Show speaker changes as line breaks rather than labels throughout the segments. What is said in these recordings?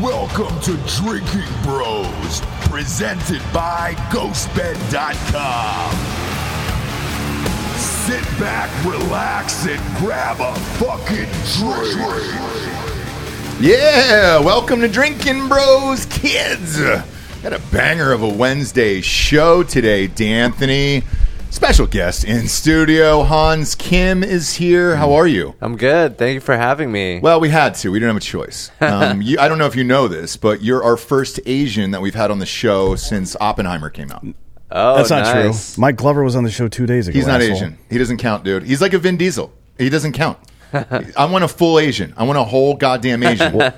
Welcome to Drinking Bros, presented by GhostBed.com. Sit back, relax, and grab a fucking drink.
Yeah, welcome to Drinking Bros Kids. Got a banger of a Wednesday show today, D'Anthony. Special guest in studio, Hans Kim is here. How are you?
I'm good. Thank you for having me.
Well, we had to. We didn't have a choice. Um, you, I don't know if you know this, but you're our first Asian that we've had on the show since Oppenheimer came out.
Oh,
That's not
nice.
true. Mike Glover was on the show two days ago.
He's not
asshole.
Asian. He doesn't count, dude. He's like a Vin Diesel. He doesn't count. I want a full Asian. I want a whole goddamn Asian.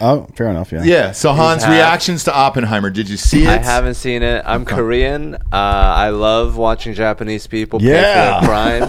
Oh, fair enough. Yeah.
yeah. So Hans,
half.
reactions to Oppenheimer. Did you see it?
I haven't seen it. I'm Korean. Uh, I love watching Japanese people
Yeah.
pay for their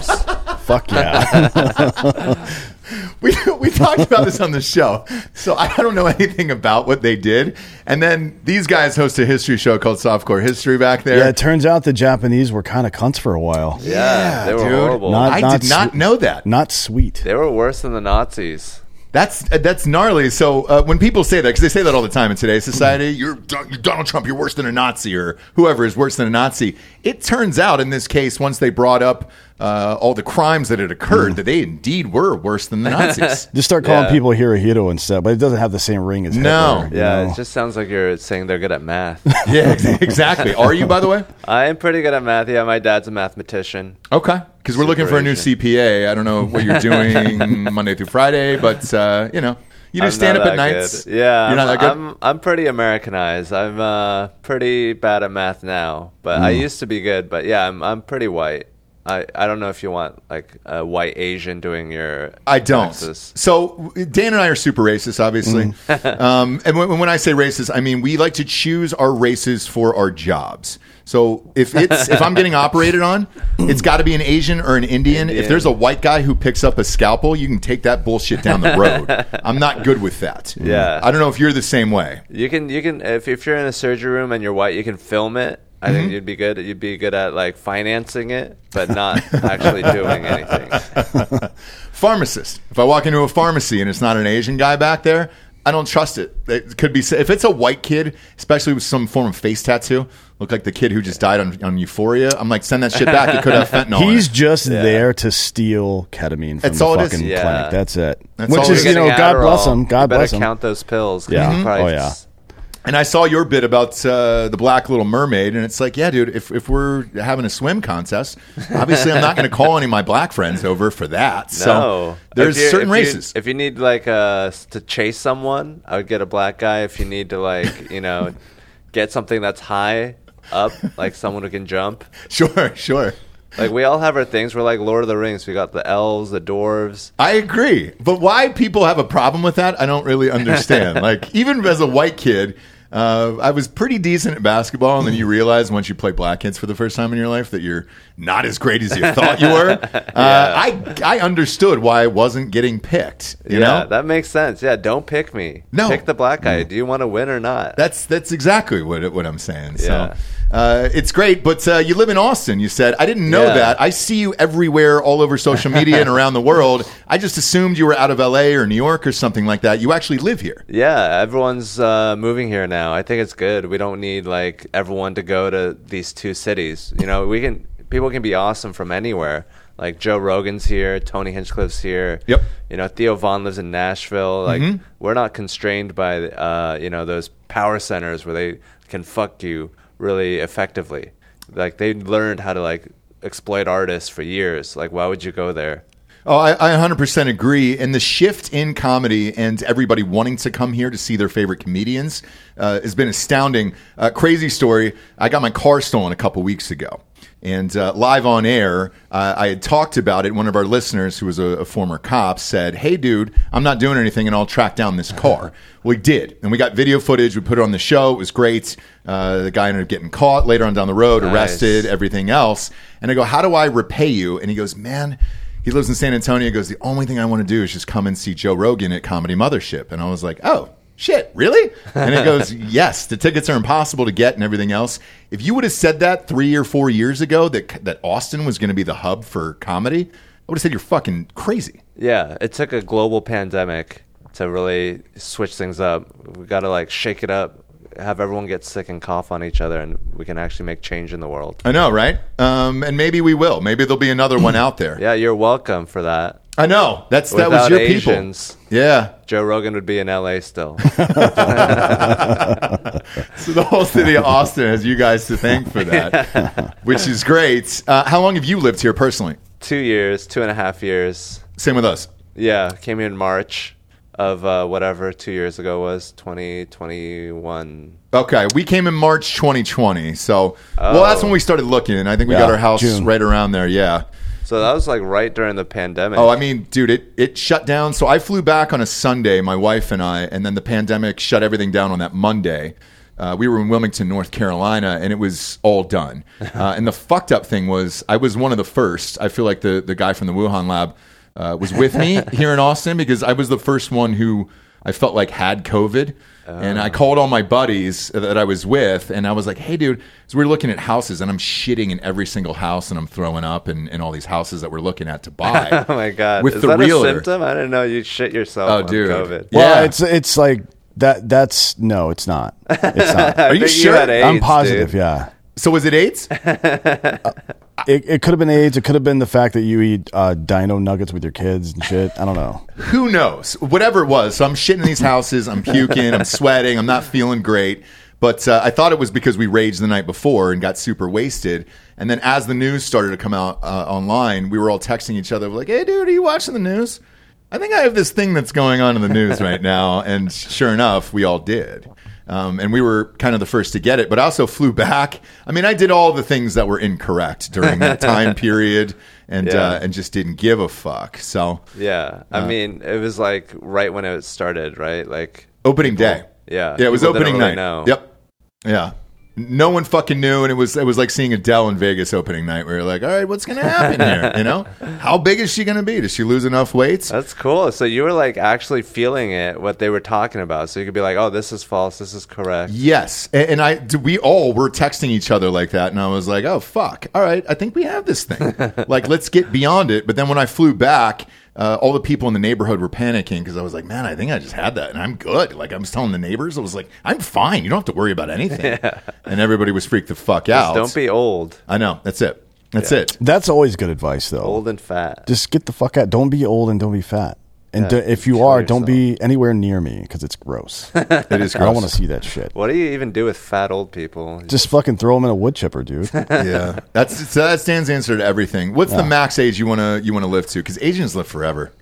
crimes.
Fuck yeah.
we, we talked about this on the show. So I don't know anything about what they did. And then these guys host a history show called Softcore History back there.
yeah. It turns out the Japanese were kind of cunts for a while.
yeah, they were
dude.
horrible.
Not-
I did
swe-
not know that.
Not sweet.
they were worse than the Nazis.
That's uh, that's gnarly. So uh, when people say that, because they say that all the time in today's society,
Mm-hmm.
you're, Don- you're Donald Trump, you're worse than a Nazi, or whoever is worse than a Nazi. It turns out in this case, once they brought up uh, all the crimes that had occurred,
Mm.
that they indeed were worse than the Nazis.
Just start calling
Yeah.
people Hirohito and stuff, but it doesn't have the same ring as
No.
Hitler, you
Yeah,
know?
it just sounds like you're saying they're good at math.
yeah, ex- exactly. Are you, by the way?
I am pretty good at math. Yeah, my dad's a mathematician.
Okay, because we're looking for a new
Supervision.
CPA. I don't know what you're doing Monday through Friday, but uh, you know, you do
I'm
stand
not
up at
that
nights.
good. Yeah,
you're not
I'm,
that good.
I'm I'm pretty Americanized. I'm uh, pretty bad at math now, but
Mm.
I used to be good. But yeah, I'm I'm pretty white. I, I don't know if you want like a white Asian doing your
I don't.
taxes.
So Dan and I are super racist, obviously.
Mm.
um, and when, when I say racist, I mean we like to choose our races for our jobs. So if it's if I'm getting operated on, it's got to be an Asian or an Indian. If
Indian.
there's a white guy who picks up a scalpel, you can take that bullshit down the road. I'm not good with that.
Yeah.
I don't know if you're the same way.
You can you can if if you're in a surgery room and you're white, you can film it. I
Mm-hmm.
think you'd be good. You'd be good at like financing it, but not actually doing anything.
Pharmacist. If I walk into a pharmacy and it's not an Asian guy back there, I don't trust it. It could be if it's a white kid, especially with some form of face tattoo, look like the kid who just died on, on Euphoria. I'm like, send that shit back. It could have fentanyl. in
He's
it.
just there to steal ketamine from
That's
the
all it is.
fucking
Yeah.
clinic. That's it.
That's
Which
all it
is,
You're
is.
you know,
getting
God bless
Adderall.
him.
You
God
better
bless him.
Count those pills. 'cause
Yeah.
you probably
Oh, yeah.
s-
And I saw your bit about uh, the Black Little Mermaid, and it's like, yeah, dude, if, if we're having a swim contest, obviously I'm not going to call any of my black friends over for that. So
No,
there's
If you-
certain
if you-
races.
if you need like uh s- to chase someone, I would get a black guy. If you need to like you know get something that's high up, like someone who can jump.
sure, sure.
Like we all have our things. We're like Lord of the Rings. We got the elves, the dwarves.
I agree, but why people have a problem with that, I don't really understand. like, even as a white kid, uh, I was pretty decent at basketball, and then
Mm.
you realize once you play black kids for the first time in your life that you're not as great as you thought you were. Uh, I I understood why I wasn't getting picked. You
yeah,
know,
that makes sense. Yeah, don't pick me.
No. Mm.
pick the black guy. Do you want to win or not?
that's that's exactly what it- what I'm saying. So.
Yeah.
Uh, it's great, but uh, you live in Austin. You said I didn't know
Yeah.
that. I see you everywhere, all over social media and around the world. I just assumed you were out of L.A. or New York or something like that. You actually live here.
yeah, everyone's uh, moving here now. I think it's good. We don't need like everyone to go to these two cities. You know, we can people can be awesome from anywhere. Like Joe Rogan's here, Tony Hinchcliffe's here.
Yep.
You know, Theo Vaughn lives in Nashville. Like we're not constrained by uh, you know those power centers where they can fuck you really effectively. Like they learned how to like exploit artists for years. Like why would you go there?
Oh, I, I 100% agree. And the shift in comedy and everybody wanting to come here to see their favorite comedians uh, has been astounding. Uh, crazy story. I got my car stolen a couple weeks ago. And uh, live on air, uh, I had talked about it. One of our listeners, who was a, a former cop, said, Hey, dude, I'm not doing anything and I'll track down this car. We did. And we got video footage. We put it on the show. It was great. Uh, the guy ended up getting caught later on down the road,
Nice.
arrested, everything else. And I go, How do I repay you? And he goes, Man, he lives in San Antonio. He goes, The only thing I want to do is just come and see Joe Rogan at Comedy Mothership. And I was like, Oh, shit, really? And it goes, Yes, the tickets are impossible to get and everything else. If you would have said that three or four years ago that, that Austin was going to be the hub for comedy, I would have said, You're fucking crazy.
Yeah, it took a global pandemic to really switch things up. We got to like shake it up, have everyone get sick and cough on each other, and we can actually make change in the world.
I know, right? Um, and maybe we will. Maybe there'll be another one out there.
Yeah, you're welcome for that.
I know. That's that was
Without
your
Asians,
people. Yeah.
Joe Rogan would be in LA still.
So the whole city of Austin has you guys to thank for that, which is great. Uh, how long have you lived here personally?
two years, two and a half years.
Same with us.
Yeah, came here in March of uh, whatever two years ago was 2021.
Okay, we came in March 2020. So, well, that's when we started looking. and I think we got
Oh. Yeah,
our house
June.
right around there. Yeah.
So that was like right during the pandemic.
Oh, I mean, dude, it, it shut down. So I flew back on a Sunday, my wife and I, and then the pandemic shut everything down on that Monday. Uh, we were in Wilmington, North Carolina, and it was all done. Uh, and the fucked up thing was, I was one of the first. I feel like the, the guy from the Wuhan lab uh, was with me here in Austin because I was the first one who I felt like had COVID. And I called all my buddies that I was with, and I was like, hey, dude, so we are looking at houses, and I'm shitting in every single house, and I'm throwing up in, in all these houses that we're looking at to buy.
oh my god!
With
Is
the
that
realtor.
a symptom? I didn't know you shit yourself.
Oh,
on
dude.
COVID.
Yeah.
Well, it's it's like that. That's no, it's not. It's not.
Are you
think
sure?
had AIDS,
I'm positive.
dude.
Yeah.
So was it AIDS?
It, it could have been AIDS. It could have been the fact that you eat uh, dino nuggets with your kids and shit. I don't know.
Who knows? Whatever it was. So I'm shitting in these houses. I'm puking. I'm sweating. I'm not feeling great. But uh, I thought it was because we raged the night before and got super wasted. And then as the news started to come out uh, online, we were all texting each other like, "Hey, dude, are you watching the news? I think I have this thing that's going on in the news right now." And sure enough, we all did. Um, and we were kind of the first to get it, but I also flew back. I mean, I did all the things that were incorrect during that time period, and
Yeah.
uh, and just didn't give a fuck. So
Yeah, I mean, it was like right when it started, right? Like,
opening day.
yeah,
Yeah, it was
people didn't
opening
really
night.
know.
Yep. Yeah. No one fucking knew, and it was it was like seeing Adele in Vegas opening night, where you're like, all right, what's gonna happen here? You know, how big is she gonna be? Does she lose enough weight?
that's cool. So you were like actually feeling it, what they were talking about. So you could be like, oh, this is false, this is correct.
Yes, and, and I d- we all were texting each other like that, and I was like, "Oh fuck! All right, I think we have this thing. like, let's get beyond it." But then when I flew back, uh, all the people in the neighborhood were panicking because I was like, "Man, I think I just had that, and I'm good." Like, I was telling the neighbors, I was like, "I'm fine. You don't have to worry about anything." And everybody was freaked the fuck out.
Just don't be old,
I know. That's it. That's it.
That's always good advice, though.
old and fat.
Just get the fuck out. Don't be old and don't be fat. And do- if you
kill
are, don't be anywhere near me because it's gross. I
It is gross.
don't want to see that shit.
What do you even do with fat old people?
Just fucking throw them in a wood chipper, dude.
yeah, that's so that's Dan's answer to everything. What's the max age you wanna you wanna live to? Because Asians live forever.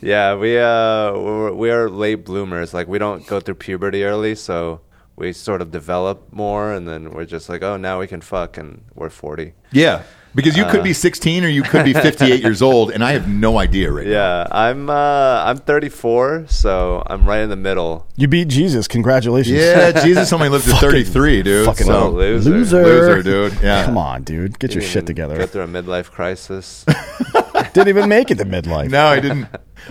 Yeah, we uh we're, we are late bloomers. Like we don't go through puberty early, so we sort of develop more, and then we're just like, oh, now we can fuck, and we're forty.
Yeah, because you could
Uh.
be 16 or you could be 58 years old, and I have no idea right now.
Yeah, I'm uh I'm 34, so I'm right in the middle.
You beat Jesus. Congratulations.
Yeah, Jesus only lived to 33, dude.
Fucking
so-
loser.
loser.
Loser, dude. Yeah.
Come on, dude. Get your
Didn't
shit
even Go
together.
through a midlife crisis.
Didn't even make it to midlife.
No, I didn't.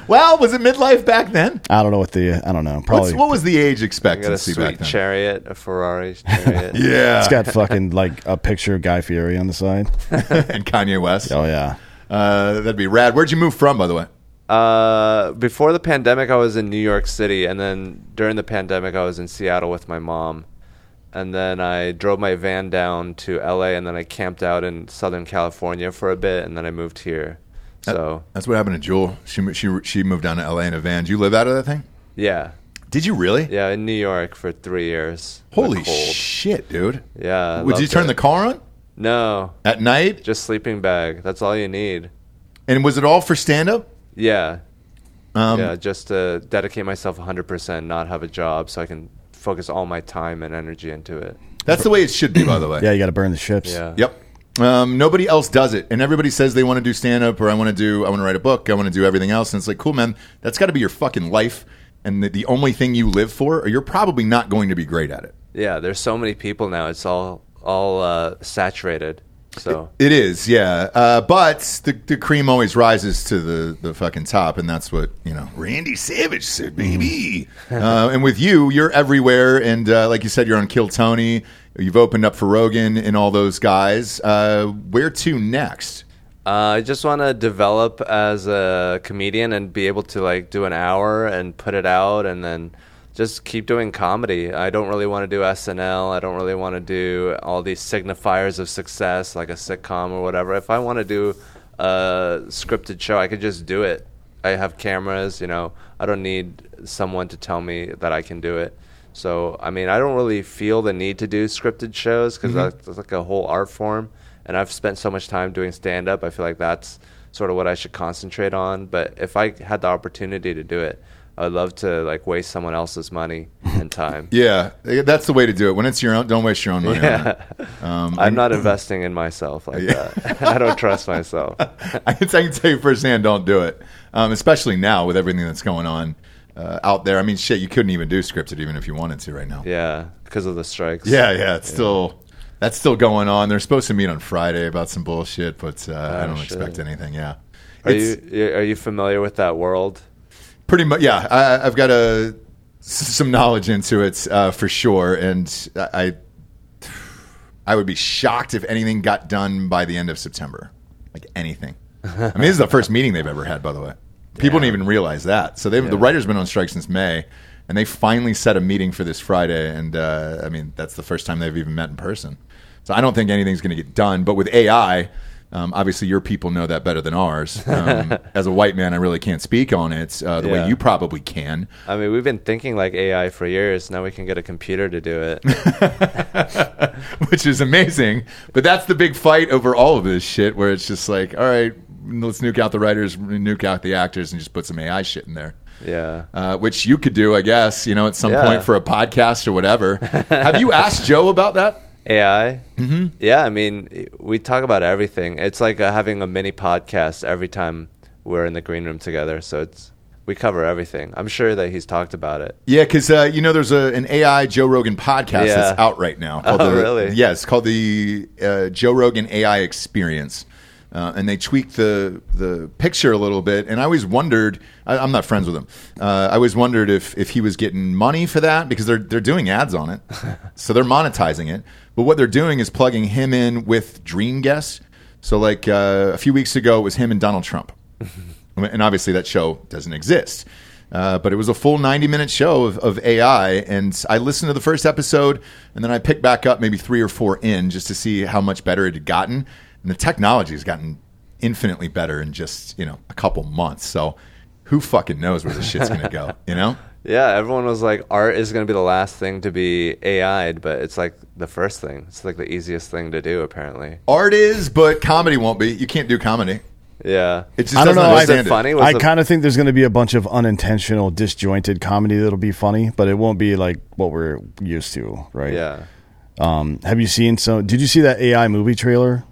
Well, was it midlife back then?
I don't know what the I don't know.
What's,
Probably
what was the age
I got a
expectancy back
sweet
then?
chariot, a Ferrari chariot.
Yeah,
it's got fucking like a picture of Guy Fieri on the side.
and Kanye West.
Oh yeah.
Uh, that'd be rad. Where'd you move from, by the way?
Uh, before the pandemic, I was in New York City, and then during the pandemic, I was in Seattle with my mom. And then I drove my van down to LA, and then I camped out in Southern California for a bit, and then I moved here.
Uh,
So
That's what happened to Jewel. She mo- she she moved down to L.A. in a van. Did you live out of that thing?
yeah,
Did you really?
yeah, in New York for three years. in the
Holy
cold.
shit, dude!
Yeah. I
Would you
loved
turn
it.
the car on
No,
at night?
just sleeping bag. That's all you need.
And was it all for stand up?
Yeah.
Um,
yeah, just to dedicate myself 100%, not have a job, so I can focus all my time and energy into it.
That's the way it should be, by the way.
Yeah, you got to burn the ships.
Yeah.
Yep. Um, nobody else does it, and everybody says they want to do stand up or I want to do I want to write a book, I want to do everything else, and it's like, cool, man, that's got to be your fucking life, and the, the only thing you live for, or you're probably not going to be great at it.
Yeah, there's so many people now. It's all all uh, saturated. So
It is, yeah. Uh, but the, the cream always rises to the, the fucking top, and that's what you know. Randy Savage said, baby. uh, and with you, you're everywhere, and uh, like you said, you're on Kill Tony. You've opened up for Rogan and all those guys. Uh, where to next?
Uh, I just want to develop as a comedian and be able to like do an hour and put it out and then just keep doing comedy. I don't really want to do SNL. I don't really want to do all these signifiers of success like a sitcom or whatever. If I want to do a scripted show, I could just do it. I have cameras, you know. I don't need someone to tell me that I can do it. So, I mean, I don't really feel the need to do scripted shows
Mm-hmm.
because that's, that's like a whole art form. And I've spent so much time doing stand up. I feel like that's sort of what I should concentrate on. But if I had the opportunity to do it, I'd love to like waste someone else's money and time.
Yeah, eh, that's the way to do it. When it's your own, don't waste your own money. on it. Um,
I'm not investing in myself like that. I don't trust myself.
I can, I can tell you firsthand, don't do it. Um, especially now with everything that's going on uh, out there. I mean, shit, you couldn't even do scripted even if you wanted to right now.
Yeah, because of the strikes.
Yeah, yeah, it's still that's still going on. They're supposed to meet on Friday about some bullshit, but uh, I don't
Oh, shit.
expect anything. Yeah,
Are
it's
you you- are you familiar with that world?
pretty much. Yeah, I, I've got a s- some knowledge into it uh, for sure, and I I would be shocked if anything got done by the end of September, like anything. I mean, this is the first meeting they've ever had, by the way. People didn't even realize that. So they've, the writers been on strike since May, and they finally set a meeting for this Friday. And uh, I mean, that's the first time they've even met in person. So I don't think anything's going to get done. But with AI, um, obviously your people know that better than ours. Um, as a white man, I really can't speak on it uh, the
Yeah.
way you probably can.
I mean, we've been thinking like AI for years. Now we can get a computer to do it.
which is amazing. But that's the big fight over all of this shit, where it's just like, all right, let's nuke out the writers, nuke out the actors, and just put some AI shit in there.
Yeah.
Uh, which you could do, I guess, you know, at some
Yeah.
point for a podcast or whatever. Have you asked Joe about that?
AI. Mm-hmm. Yeah, I mean, we talk about everything. It's like uh, having a mini podcast every time we're in the green room together. So it's we cover everything. I'm sure that he's talked about it.
Yeah, because uh, you know, there's a, an AI Joe Rogan podcast
Yeah.
that's out right now.
Oh,
the,
really?
Yeah, it's called the uh, Joe Rogan AI Experience. Uh, and they tweaked the the picture a little bit, and I always wondered. I, I'm not friends with him. Uh, I always wondered if if he was getting money for that because they're they're doing ads on it, so they're monetizing it. But what they're doing is plugging him in with dream guests. So like uh, a few weeks ago, it was him and Donald Trump. And obviously, that show doesn't exist. Uh, but it was a full 90 minute show of, of AI. And I listened to the first episode and then I picked back up maybe three or four in just to see how much better it had gotten. And the technology has gotten infinitely better in just, you know, a couple months. So who fucking knows where this shit's going to go, you know?
Yeah, everyone was like, art is going to be the last thing to be AI'd, but it's like the first thing. It's like the easiest thing to do, apparently.
Art is, but comedy won't be. You can't do comedy.
Yeah.
It just
I don't
doesn't
know, I-
was
understand
it funny? Was
I
it-
kind of think there's going to be a bunch of unintentional, disjointed comedy that'll be funny, but it won't be like what we're used to, right?
Yeah.
Um, have you seen some? Did you see that AI movie trailer?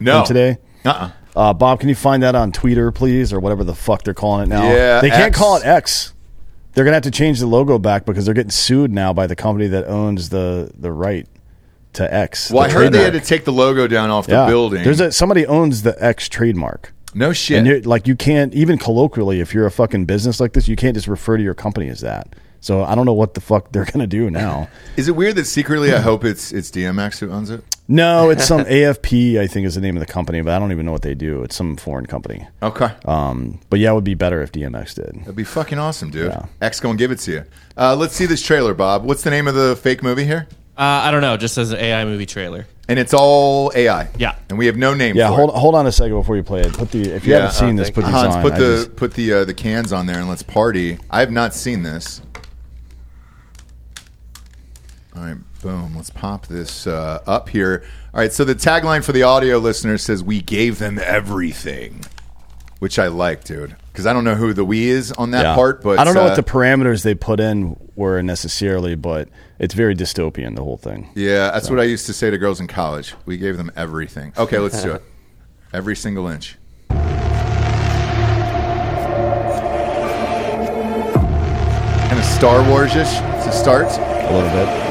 No.
from today?
Uh-uh.
Uh, Bob, can you find that on Twitter, please, or whatever the fuck they're calling it now?
Yeah,
they can't
X.
call it X. They're gonna have to change the logo back because they're getting sued now by the company that owns the the right to X.
Well,
the
I heard they had
trademark.
to take the logo down off
Yeah.
the building.
There's a somebody owns the X trademark.
no shit.
And you're, like you can't even colloquially, if you're a fucking business like this, you can't just refer to your company as that. So I don't know what the fuck they're gonna do now.
Is it weird that secretly I hope it's it's DMX who owns it?
no, it's some AFP, I think is the name of the company, but I don't even know what they do. It's some foreign company.
Okay.
Um, but yeah, it would be better if DMX did.
That'd be fucking awesome, dude.
Yeah.
X gonna give it to you. Uh, let's see this trailer, Bob. What's the name of the fake movie here?
Uh, I don't know. Just as an AI movie trailer.
And it's all AI.
Yeah.
And we have no name.
Yeah,
for
hold
it.
hold on a second before you play it. Put the if Oh, you
Yeah,
haven't seen
uh,
this,
thank
put these
Hans,
on.
put
I
the
just-
put the uh, the cans on there and let's party. I have not seen this. All right, boom. Let's pop this uh, up here. All right. So the tagline for the audio listener says, "We gave them everything," which I like, dude. Because I don't know who the "we" is on that
yeah.
part, but
I don't know
uh,
what the parameters they put in were necessarily, but it's very dystopian the whole thing.
Yeah, that's what I used to say to girls in college. We gave them everything. Okay, let's do it. Every single inch. Kind of Star Wars ish to start.
A little bit.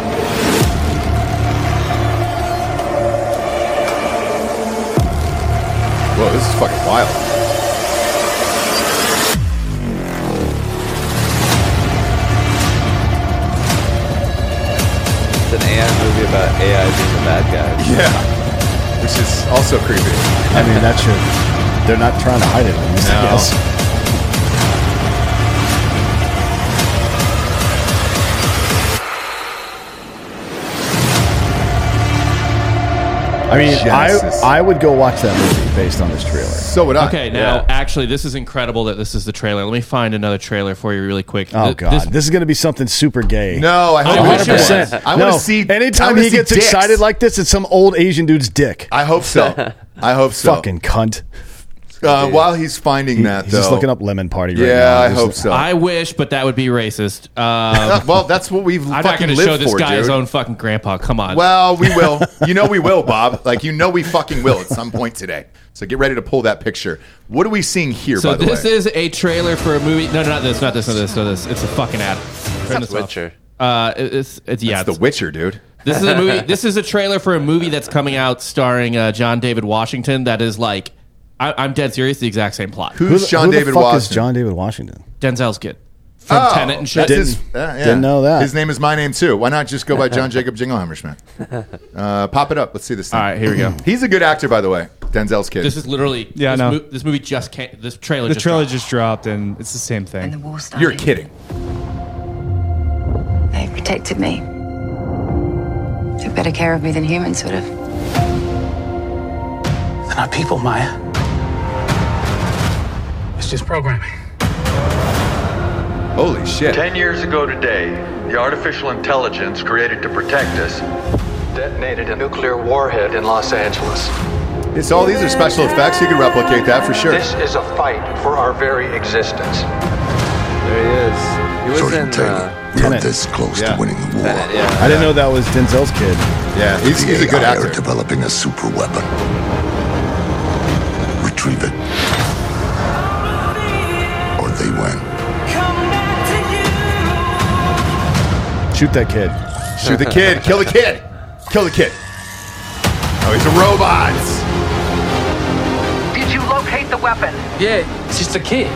Whoa, this is fucking wild.
It's an AI movie about AI being the bad guy.
Yeah. Which is also creepy.
I mean that should They're not trying to hide it. at least, I
No.
guess. I mean,
Genesis.
I I would go watch that movie based on this trailer.
So would I.
Okay, now
Yeah.
actually, this is incredible that this is the trailer. Let me find another trailer for you really quick.
Oh
Th-
god,
this-
this, is going to be something super gay.
No, I hope
I
it
wish it was.
was. I want to
No,
see. I
Anytime
wanna
he
see
gets
dicks.
excited like this, it's some old Asian dude's dick.
I hope so. I hope so.
Fucking cunt.
Uh, while he's finding that,
He's
though,
just looking up lemon party right
yeah,
now.
I
He's
hope
just-
so.
I wish, but that would be racist. Um,
Uh, well, that's what we've
I'm not
fucking
going to
lived
show this
for,
guy his
dude.
own fucking grandpa. Come on.
Well, we will. You know we will, Bob. Like you know we fucking will at some point today. So get ready to pull that picture. What are we seeing here?
so
by the
this
way,
is a trailer for a movie. No, no, not this, not this, not this, not this. It's a fucking ad. Turn this off.
Witcher.
Uh, it- it's, it's yeah.
that's The
it's-
Witcher, dude.
This is a movie. this is a trailer for a movie that's coming out starring uh, John David Washington. That is like, I, I'm dead serious. The exact same plot.
Who's
the-
John
who the
David
fuck
Washington?
Is John David Washington.
Denzel's kid from
Oh,
Tenet and shit.
that's his-
Didn't-
uh, yeah.
didn't know that.
His name is my name too. Why not just go by John Jacob Jingleheimer Schmidt? Uh, pop it up. Let's see this. Thing.
All right, here we go.
He's a good actor, by the way. Denzel's kid.
This is literally
Yeah, I
This,
know.
this movie just came. This trailer.
The
just
trailer
dropped.
just dropped, and it's the same
When the
thing.
war started,
You're kidding.
They protected me. Took better care of me than humans would have.
They're not people, Maya. It's just programming.
Holy shit.
Ten years ago today, the artificial intelligence created to protect us detonated a nuclear warhead in Los Angeles.
It's all these are special effects. You can replicate that for sure.
This is a fight for our very existence.
There he is. He was in. Uh,
you're
Tenet.
this close
Yeah.
to winning the war.
Tenet, yeah.
I didn't know that was Denzel's kid.
Yeah, he's,
The
he's a good
AI are
actor.
developing a super weapon. Retrieve it. Or they win.
Shoot that kid.
Shoot the kid. Kill the kid. Kill the kid. Oh, he's a robot.
Did you locate the weapon?
Yeah, it's just a kid.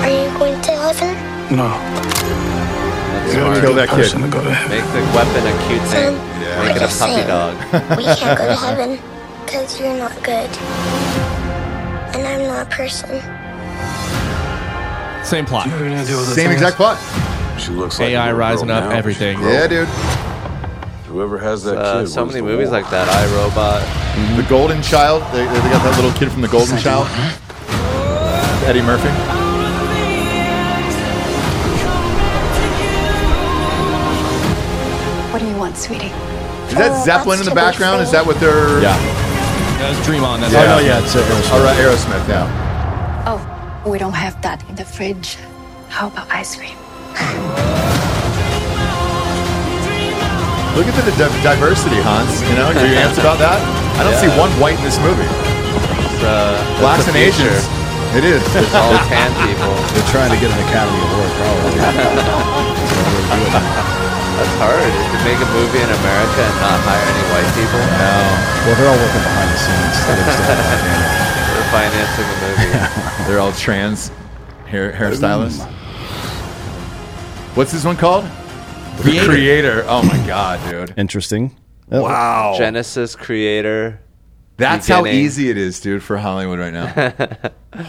Are you going to heaven?
No.
He's gonna kill that kid.
to go to heaven.
Make the weapon a cute thing.
Yeah.
Make it a
Just
puppy
saying.
dog.
We can't go to heaven because you're not good. And I'm not a person.
same plot.
Same exact plot.
She looks
AI rising up, everything.
Yeah, dude.
Whoever has that
Uh, so many movies like that. I Robot.
The Golden Child. They, they got that little kid from The Golden Child. Eddie Murphy.
What do you want, sweetie?
Is that Zeppelin in the background? Is that what they're?
Yeah.
That's Dream On. That's
Oh no, yeah, it's, it's
All right, Aerosmith. Yeah.
Oh, we don't have that in the fridge. How about ice cream?
Look at the di- diversity, Hans. You know, are you amped about that? I don't see one white in this movie.
It's, uh,
Blacks
the
and Asians.
future.
It is.
It's all tan people.
they're trying to get an Academy Award. Probably.
That's hard. You could make a movie in America and not hire any white people.
well, they're all working behind the scenes. That looks like-
They're financing the movie.
They're all trans hair hairstylists.
Mm.
What's this one called? The Creator. Oh my god, dude.
Interesting. Oh,
Wow.
Genesis creator.
That's how
beginning.
easy it is, dude, for Hollywood right now.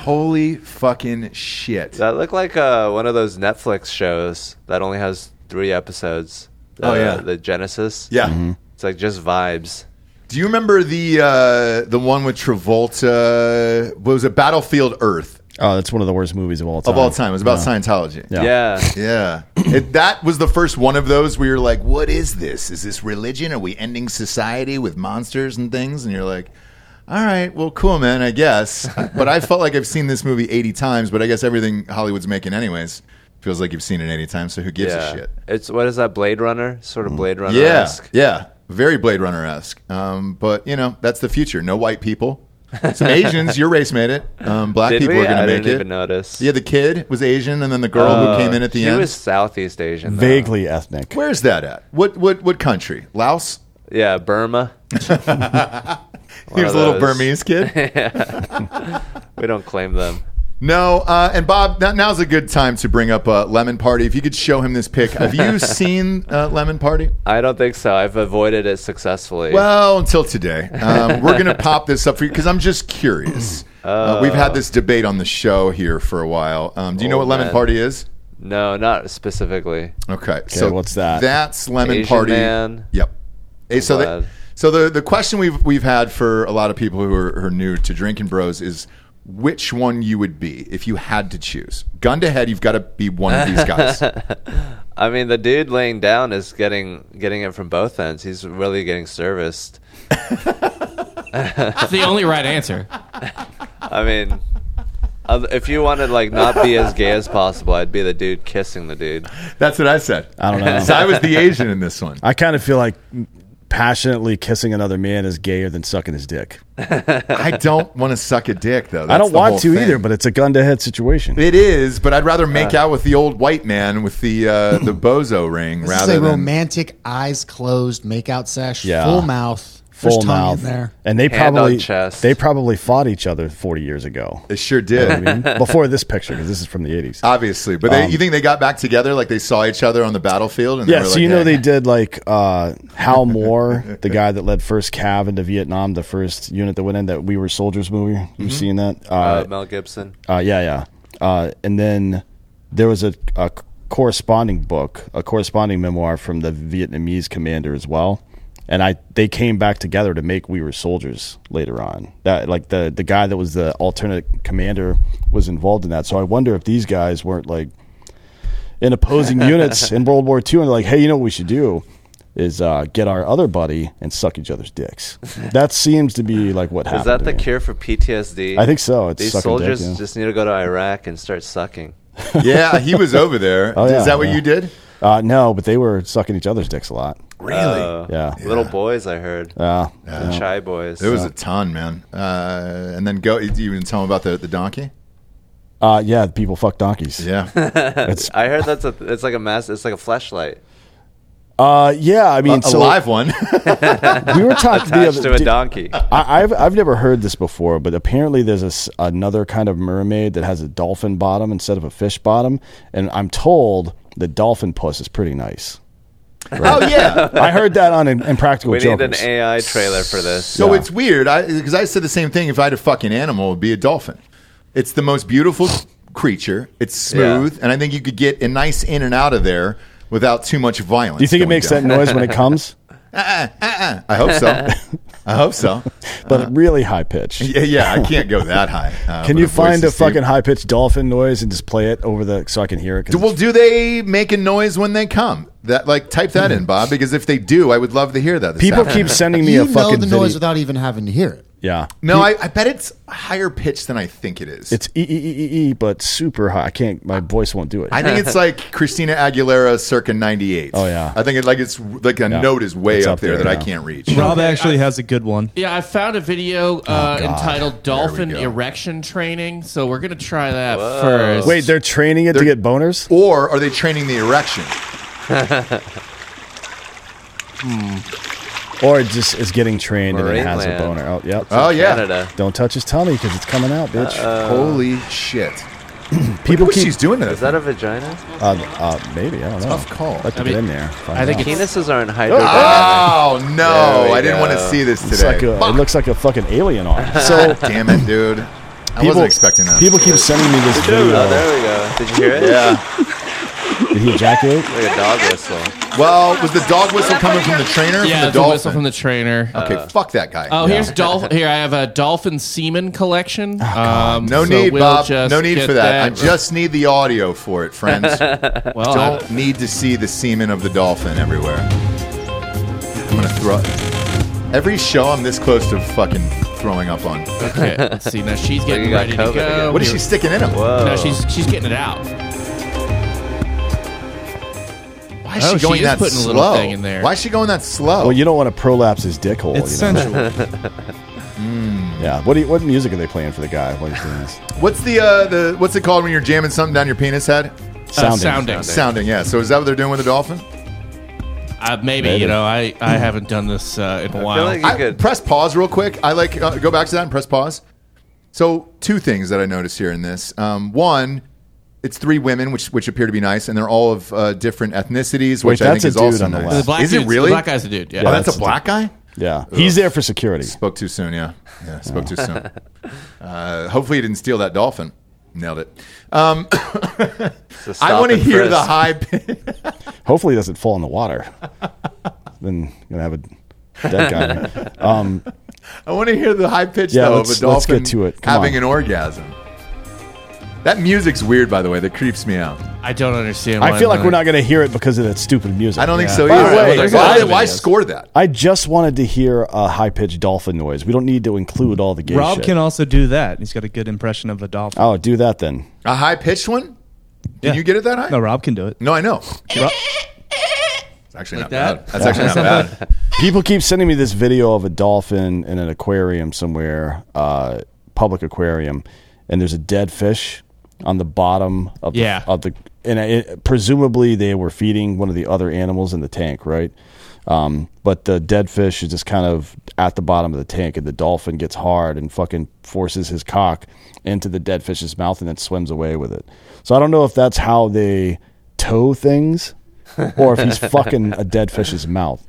Holy fucking shit.
That looked like uh, one of those Netflix shows that only has three episodes. The,
Oh, yeah.
the Genesis.
yeah.
Mm-hmm.
it's like just vibes.
Do you remember the uh, the one with Travolta? What was it? Battlefield Earth
Oh, that's one of the worst movies of all time.
of
Uh,
all time. It was about Scientology.
Yeah.
Yeah,
Yeah. It, that was the first one of those where you're like, what is this? Is this religion? Are we ending society with monsters and things? And you're like, all right, well, cool, man, I guess. But I felt like I've seen this movie 80 times, but I guess everything Hollywood's making, anyways, feels like you've seen it 80 times, so who gives
yeah.
a shit? Mm.
It's what is that Blade Runner? Sort of Blade Runner.
Yeah. Yeah. Very Blade Runner esque. Um, but, you know, that's the future. No white people. Some Asians, your race made it. Um, black
Did
people
we?
are going to
I
make
didn't
it.
even notice. Uh,
Yeah, the kid was Asian, and then the girl who came in at the
she
end.
was Southeast Asian. though.
Vaguely ethnic.
Where's that at? What what what country? Laos?
Yeah, Burma.
he was a little
those.
Burmese kid.
We don't claim them.
No, uh, and Bob, now- now's a good time to bring up uh, Lemon Party. If you could show him this pic, have you seen uh, Lemon Party?
I don't think so. I've avoided it successfully.
Well, until today, um, we're going to pop this up for you because I'm just curious. Uh, we've had this debate on the show here for a while. Um, do you know
Oh,
what Lemon
man.
Party is?
no, not specifically.
Okay, so
what's that?
That's Lemon
Asian
Party.
man.
Yep. Eh, so, the,
Glad.
so the the question we've we've had for a lot of people who are, who are new to Drinking Bros is which one you would be if you had to choose. Gun to head, you've got to be one of these guys.
I mean, the dude laying down is getting getting it from both ends. He's really getting serviced.
That's the only right answer.
I mean, oth- if you wanted like not be as gay as possible, I'd be the dude kissing the dude.
That's what I said. I
don't know.
So I was the Asian in this one.
I kind of feel like passionately kissing another man is gayer than sucking his dick.
I don't want to suck a dick though.
I
That's
don't
the
want
whole
to
thing.
either, but it's a gun to head situation.
It is, but I'd rather make out with the old white man with the uh, the bozo ring
This
rather
is a
than
romantic, eyes closed, make out sesh,
Yeah.
full mouth,
Full
there's tongue
mouth.
in there.
And they
Hand on
probably
chest.
they probably fought each other 40 years ago.
It sure did.
I mean, before this picture because this is from the 80s.
Obviously, but they, you think they got back together like they saw each other on the battlefield? And they
yeah,
were
so
like,
you know
"Hey."
they did like uh, Hal Moore, the guy that led First Cav into Vietnam, the first unit that went in that We Were Soldiers movie.
Mm-hmm.
You've seen that?
Uh,
Uh,
Mel Gibson.
uh, yeah, yeah. Uh, and then there was a, a corresponding book, a corresponding memoir from the Vietnamese commander as well. And I, they came back together to make We Were Soldiers later on. That like the the guy that was the alternate commander was involved in that. So I wonder if these guys weren't like in opposing units in World War II and like, hey, you know what we should do is uh, get our other buddy and suck each other's dicks. That seems to be like what happened.
Is that
to
the
me.
cure for PTSD?
I think so. It's
These
sucking
soldiers
dick, yeah.
just need to go to Iraq and start sucking.
Yeah, he was over there.
Oh, yeah,
Is that what
yeah.
you did?
Uh, no, but they were sucking each other's dicks a lot.
Really?
Uh, Yeah.
Uh, Little boys, I heard.
Uh,
the Chai boys.
there was a ton, man. Uh, and then go. You even tell him about the, the donkey.
uh, yeah, people fuck donkeys.
Yeah,
It's,
I heard that's a. It's like a mass. It's like a flashlight.
uh, yeah, I mean,
a
so
live one.
we were talking the
Attached
other-
to a
did-
donkey.
I, I've I've never heard this before, but apparently there's a s another kind of mermaid that has a dolphin bottom instead of a fish bottom, and I'm told the dolphin puss is pretty nice.
oh yeah.
I heard that on in, Impractical
We need an
Jokers.
AI trailer for this.
So
Yeah.
it's weird. I because I said the same thing. If I had a fucking animal, it would be a dolphin. It's the most beautiful creature. It's smooth, and I think you could get a nice in and out of there without too much violence.
Do you think it makes that
sense?
noise when it comes?
Uh-uh. I hope so. I hope so.
But really high pitch.
Yeah, yeah, I can't go that high. Uh,
Can
but
you
the voice
find a
is deep.
fucking high pitched dolphin noise and just play it over the so I can hear it? 'Cause
Do- Well, do they make a noise when they come? That like type that in, Bob, because if they do, I would love to hear that. this
Hmm. people
afternoon.
keep sending me
You
a
know
fucking
the noise
video.
without even having to hear it.
yeah.
No, I, I bet it's higher pitched than I think it is.
It's e e e e e, but super high. I can't. My voice won't do it.
I think it's like Christina Aguilera circa '98.
Oh, yeah.
I think it like it's like a note is way
It's
up,
up
there,
there,
that I
yeah.
can't reach.
Rob actually has a good one.
Yeah, I found a video
Oh,
uh, entitled "Dolphin
go.
Erection Training," so we're gonna try that first.
Wait, they're training it to get boners.
Or are they training the erection?
or it just is getting trained and it
Marine
has
land.
a boner. Oh, yep.
Oh yeah! Uh,
Canada.
Don't touch his tummy because it's coming out, bitch.
Holy shit!
People
What
keep
she's doing to that?
Is that a vagina?
uh, uh, maybe I don't know.
Tough call.
Let
I mean,
in there.
I think it's,
Penises aren't hydrodynamic.
Oh
There
no!
we
I didn't
go.
want to see this
it's
today.
like a, it
Fuck.
looks like a fucking alien arm. So
Damn it, dude! I wasn't expecting that.
People keep sending me this
Oh,
video.
there we go. Did you hear it?
yeah.
Did he ejaculate?
Like a dog whistle.
Well, was the dog whistle coming from the trainer? or
yeah,
from
it's
the
a
dolphin.
whistle from the trainer.
okay, fuck that guy.
Oh, here's dolphin. Here I have a dolphin semen collection.
Oh,
um,
no
so
need,
we'll
Bob.
just
No need
get
for that. I just need the audio for it, friends.
well, I-
Don't need to see the semen of the dolphin everywhere. I'm gonna throw. Every show I'm this close to fucking throwing up on.
okay, let's see. Now she's
you
getting
got
ready to
COVID
go.
again.
What is
Here-
she sticking in him?
Whoa.
No, she's she's getting it out.
Why is
Oh,
she
she
going
is
that
putting a
slow?
little thing in there.
Why is she going that slow?
Well, you don't want to prolapse his dick hole.
It's
you know?
sensual.
Yeah. What do you, what music are they playing for the guy while he's doing this?
what's the uh, the what's it called when you're jamming something down your penis head?
Uh,
Sounding.
sounding.
Sounding, yeah. So is that what they're doing with the dolphin?
Uh, maybe,
Maybe.
you know I, I
Hmm.
haven't done this uh, in a
I feel
while.
like you
I,
could.
press pause real quick. I like uh, go back to that and press pause. So two things that I noticed here in this. Um, one, it's three women, which which appear to be nice, and they're all of uh, different ethnicities,
Wait,
which I
that's
think
a
is
dude
also
on the
nice.
left. The black
is it
dude's-
really?
Uh, the black guy's a dude, yeah.
oh, that's,
That's
a
a
black guy.
Yeah, he's there for security.
Spoke too soon. Yeah, yeah. Spoke too soon. Uh, hopefully, he didn't steal that dolphin. Nailed it. Um, I
stop
want to
and
hear the
frisk.
high pitch.
Hopefully, it doesn't fall in the water. then you're gonna have a dead guy. Um,
I want to hear the high pitch
Yeah,
though of
let's-
a
let's
dolphin
get to it. Come
having an
on.
orgasm. That music's weird, by the way. That creeps me out.
I don't understand.
I feel like we're not gonna hear it because of that stupid music.
I don't think
Yeah.
so
By
either.
the way,
Why- why, why score that?
I just wanted to hear a high pitched dolphin noise. We don't need to include all the gay
Rob
shit.
can also do that. He's got a good impression of a dolphin.
oh, do that then.
A high pitched one? Did
Yeah.
you get it that high?
No, Rob can do it.
No, I know.
Ro-
It's actually not
Like that?
bad. That's actually not bad.
People keep sending me this video of a dolphin in an aquarium somewhere, uh, public aquarium, and there's a dead fish on the bottom of
Yeah.
the, of the and it, presumably they were feeding one of the other animals in the tank, right? Um, but the dead fish is just kind of at the bottom of the tank, and the dolphin gets hard and fucking forces his cock into the dead fish's mouth, and then swims away with it. So I don't know if that's how they tow things, or if he's fucking a dead fish's mouth.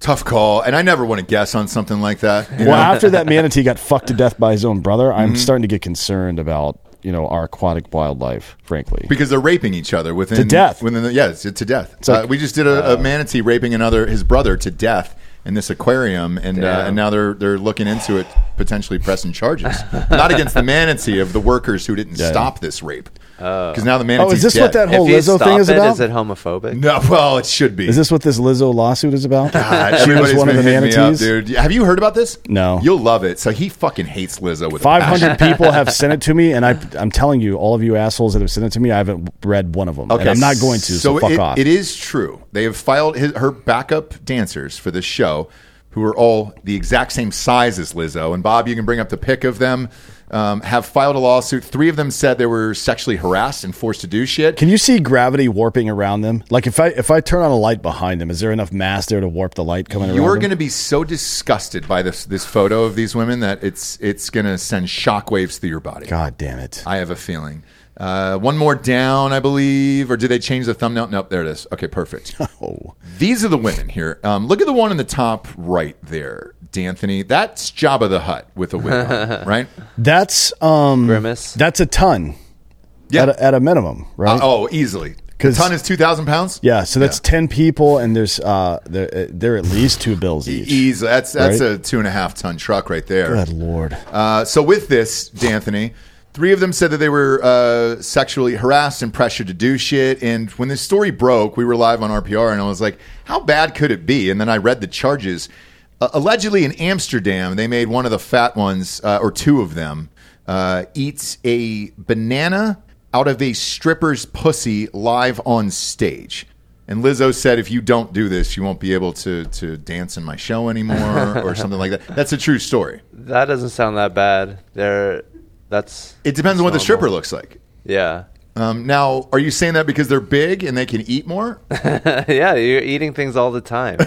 Tough call. And I never want to guess on something like that. you
Well,
know? Mm-hmm.
after that manatee got fucked to death by his own brother, I'm starting to get concerned about you know our aquatic wildlife. Frankly,
Because they're raping each other within
To death.
Within the, yeah, it's, to death.
like-
uh, we just did a, a manatee raping another his brother to death in this aquarium, and uh,
Damn.
and now they're they're looking into it, potentially pressing charges, not against the manatee of the workers who didn't
Yeah.
stop this rape. Because now the manatee.
Oh, is this what that whole
if you
Lizzo
stop
thing is
it,
about?
is it homophobic?
No, well, it should be.
is this what this Lizzo lawsuit is about?
God,
she was
everybody's
one of
been
the
hitting me up,
manatees.
dude. Have you heard about this?
No.
You'll love it. So he fucking hates Lizzo with a
Five
passion.
hundred people have sent it to me, and I, I'm telling you, all of you assholes that have sent it to me, I haven't read one of them. and I'm not going to. So, fuck
it,
off.
It is true. They have filed his, her backup dancers for this show, who are all the exact same size as Lizzo. And Bob, you can bring up the pic of them. Um, have filed a lawsuit. Three of them said they were sexually harassed and forced to do shit.
Can you see gravity warping around them? Like if I if I turn on a light behind them, is there enough mass there to warp the light coming around?
You're
them?
going to be so disgusted by this this photo of these women that it's it's going to send shockwaves through your body.
God damn it!
I have a feeling. Uh, one more down, I believe, or did they change the thumbnail? Nope, there it is. Okay, perfect.
Oh,
These are the women here. Um, look at the one in the top right there, D'Anthony. That's Jabba the Hutt with a wig on, right?
that's um,
Grimace.
That's a ton.
Yeah.
At, a, at a minimum, right?
Uh, oh, easily.
'Cause-
Because ton is 2,000 pounds?
Yeah, so that's ten people, and there's uh, there uh, there are at least two bills
E-
each.
Easily. That's, that's
Right.
a two and a half ton truck right there.
Good lord,
Uh, so with this, D'Anthony, three of them said that they were uh, sexually harassed and pressured to do shit. And when this story broke, we were live on RPR, and I was like, "How bad could it be?" And then I read the charges. Uh, allegedly, in Amsterdam, they made one of the fat ones uh, or two of them uh, eats a banana out of a stripper's pussy live on stage. And Lizzo said, "If you don't do this, you won't be able to to dance in my show anymore, or something like that." That's a true story.
That doesn't sound that bad. There, that's
It depends on what the
normal.
stripper looks like.
Yeah,
Um, now, are you saying that because they're big and they can eat more?
yeah. You're eating things all the time.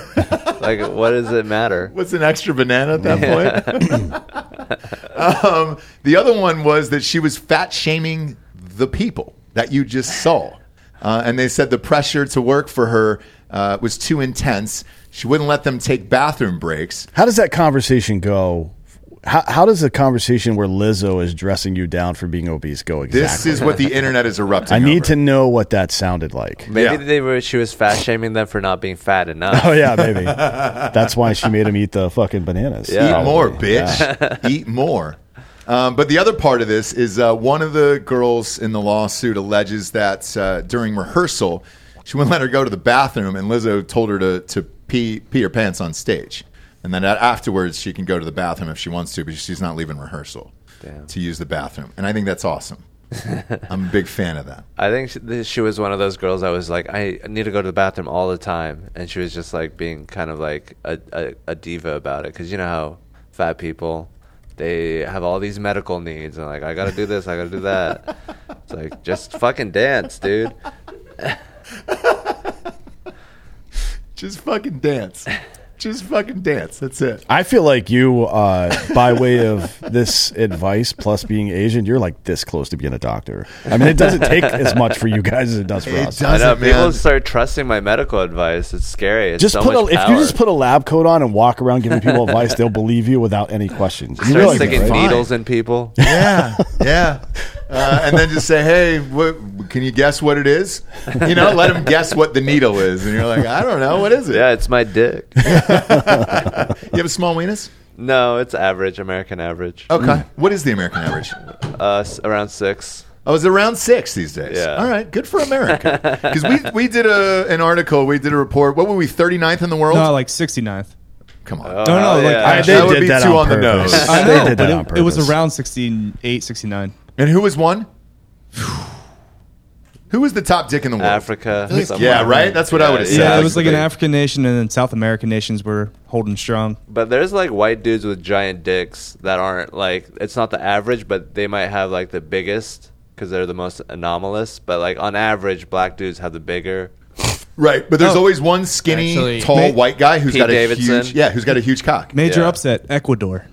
like, what does it matter?
What's an extra banana at that point? um, the other one was that she was fat shaming the people that you just saw. Uh, and they said the pressure to work for her uh, was too intense. She wouldn't let them take bathroom breaks.
how does that conversation go? How, how does the conversation where Lizzo is dressing you down for being obese go exactly?
This is what the internet is erupting.
I need
over.
to know what that sounded like.
Maybe
Yeah.
they were. She was fat shaming them for not being fat enough.
Oh yeah, maybe that's why she made him eat the fucking bananas.
Yeah.
Eat more,
Probably. Yeah.
bitch. Eat more. Um, but the other part of this is uh, one of the girls in the lawsuit alleges that uh, during rehearsal, she wouldn't let her go to the bathroom, and Lizzo told her to, to pee, pee her pants on stage. And then a- afterwards, she can go to the bathroom if she wants to, but she's not leaving rehearsal
Damn.
to use the bathroom. And I think that's awesome. I'm a big fan of that.
I think she, th- she was one of those girls. I was like, I need to go to the bathroom all the time, and she was just like being kind of like a a, a diva about it, because you know how fat people they have all these medical needs, and like I gotta do this, I gotta do that. it's like just fucking dance, dude.
Just fucking dance. Just fucking dance. That's it.
I feel like you, uh, by way of this advice plus being Asian, you're like this close to being a doctor. I mean, it doesn't take as much for you guys as it does for
It
us.
I know,
doesn't,
people
man.
start trusting my medical advice. It's scary. It's
just
so
put a,
much
if
power.
you just put a lab coat on and walk around giving people advice, they'll believe you without any questions. You
start
realize that,
sticking
right?
needles in people.
Yeah, yeah. Uh, and then just say, hey, what, can you guess what it is? You know, let them guess what the needle is. And you're like, I don't know. What is it?
Yeah, it's my dick.
You have a small weenus?
no, it's average, American average.
Okay. What is the American average?
Uh, s- around six.
I was around six these days.
Yeah.
All right. Good for America. Because we, we did a, an article, we did a report. What were we, 39th in the world?
No, like 69th.
Come on.
Oh,
No, no,
hell
like,
yeah.
I-
That
they
would
did
be
that
too
on
on the
purpose.
nose.
I
They
know,
did
but
that
it,
on
it was
purpose.
around 68, 69.
And who was one? Who was the top dick in the world?
Africa. somewhere.
Yeah, right? That's what I would have said.
Yeah, it was like an
Exactly.
African nation, and then South American nations were holding strong.
But there's like white dudes with giant dicks that aren't like it's not the average, but they might have like the biggest because they're the most anomalous. But like on average, black dudes have the bigger.
Right, but there's
Oh.
always one skinny,
Actually-
tall
Nate-
white guy who's
Pete
got a
Davidson.
huge, yeah, who's got a huge cock.
Major
Yeah.
upset, Ecuador.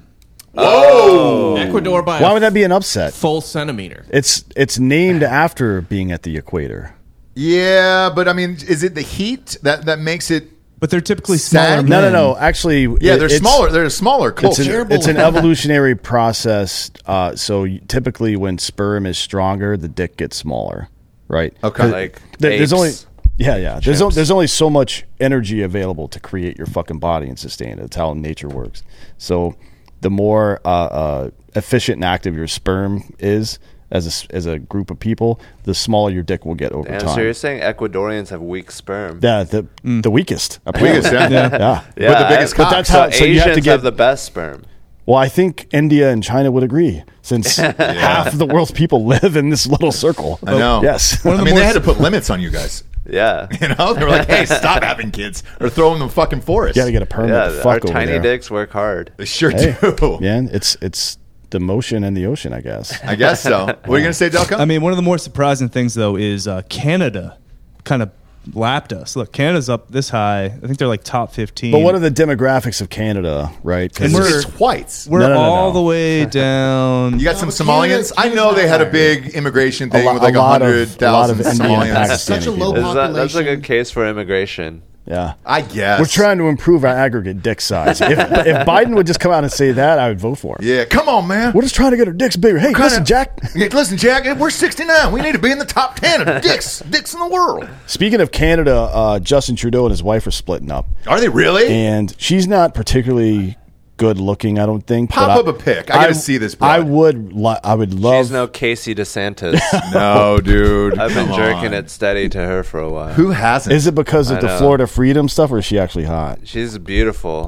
Oh.
Ecuador by
Why
a
would that be an upset?
full centimeter.
It's it's named after being at the equator.
Yeah, but I mean, is it the heat that that makes it?
But they're typically smaller.
Sad.
No, no,
men.
no. Actually,
Yeah,
it-
they're
it's-
smaller. Oh, They're a smaller
It's
culture.
an, it's an evolutionary process. Uh, so you- typically, when sperm is stronger, the dick gets smaller, right?
Okay.
Like
There-
apes.
there's only yeah, yeah. There's o- there's only so much energy available to create your fucking body and sustain it. It's how nature works. So the more uh, uh, efficient and active your sperm is as a, s- as a group of people, the smaller your dick will get over
Damn,
time.
so you're saying Ecuadorians have weak sperm?
Yeah, the the weakest.
Biggest,
apparently.
Mm. yeah.
yeah.
Yeah,
But the biggest
I-
cock.
That's
so
how- so you
Asians
have to
have,
get-
the best sperm.
Well, I think India and China would agree, since half of the world's people live in this little circle.
I know.
oh, Yes.
I mean, they had to put limits on you guys.
Yeah,
You know, they were like, "Hey, stop having kids or throw them in the fucking forest."
You got to get a permit.
yeah.
to
Our
fuck over
tiny
there.
dicks work hard.
They sure
Hey,
do.
man, it's it's the motion and the ocean, I guess.
I guess so. What are you gonna say, Delco?
I mean, one of the more surprising things though is uh, Canada kind of lapped us. Look, Canada's up this high. I think they're like top fifteen.
But what are the demographics of Canada, right? 'Cause
And
it's-
we're-
it's whites.
We're
No, no, no,
all
no.
the way down.
You got some Somalians? I know they had a big immigration thing
lo-
with like
a lot of-
hundred thousand
a lot of Indian
Somalians.
Pakistan.
Such a low
Is
Is that, that's like a
population.
case for immigration.
yeah.
I guess
We're trying to improve our aggregate dick size. If, if Biden would just come out and say that, I would vote for him.
Yeah, come on, man.
We're just trying to get our dicks bigger. Hey,
Kinda-
listen, Jack.
Yeah, listen, Jack. We're sixty nine. We need to be in the top ten of dicks, dicks in the world.
Speaking of Canada, uh, Justin Trudeau and his wife are splitting up.
Are they really?
and she's not particularly good looking. I don't think.
Pop up
but
a pic. I gotta see this broad.
I would. Li- I would love.
She's no Casey DeSantis.
no, dude.
I've been
Come
jerking
on.
it steady to her for a while.
Who hasn't?
is it because of
I
the
know.
Florida freedom stuff, or is she actually hot?
She's beautiful.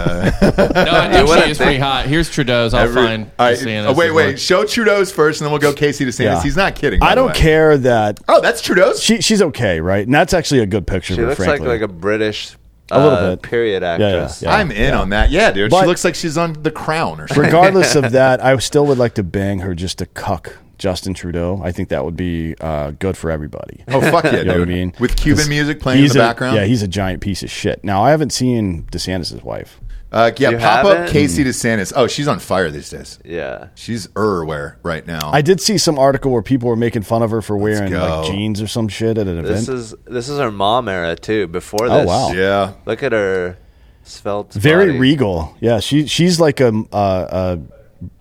No, I
wouldn't
think she is
think-
pretty hot. Here's Trudeau's. I'll find.
All right,
Sanders
oh, wait,
as
wait.
well.
Show Trudeau's first, and then we'll go Casey DeSantis.
Yeah.
He's not kidding. by
I
the
don't
way.
care that
Oh, that's Trudeau's.
she she's okay, right? And that's actually a good picture.
She
of her,
looks
frankly.
like like a British
A little
uh,
bit.
period
yeah,
actress.
yeah.
I'm in on that. Yeah, dude. she
But-
looks like she's on The Crown or something.
Regardless of that, I still would like to bang her just to cuck Justin Trudeau. I think that would be uh, good for everybody.
oh fuck yeah,
You
dude.
know what I mean?
With
'Cause
Cuban music playing in
he's
the
a-
background.
Yeah, he's a giant piece of shit. Now I haven't seen DeSantis' wife.
Uh, yeah,
You
pop up
haven't?
Casey DeSantis. Oh, she's on fire these days.
Yeah.
She's erware right now.
I did see some article where people were making fun of her for wearing
go.
like jeans or some shit at an
This
event.
is this is her mom era too. Before
Oh,
this,
wow.
yeah.
Look at her svelte.
Very
body.
regal. Yeah, she she's like a, uh, a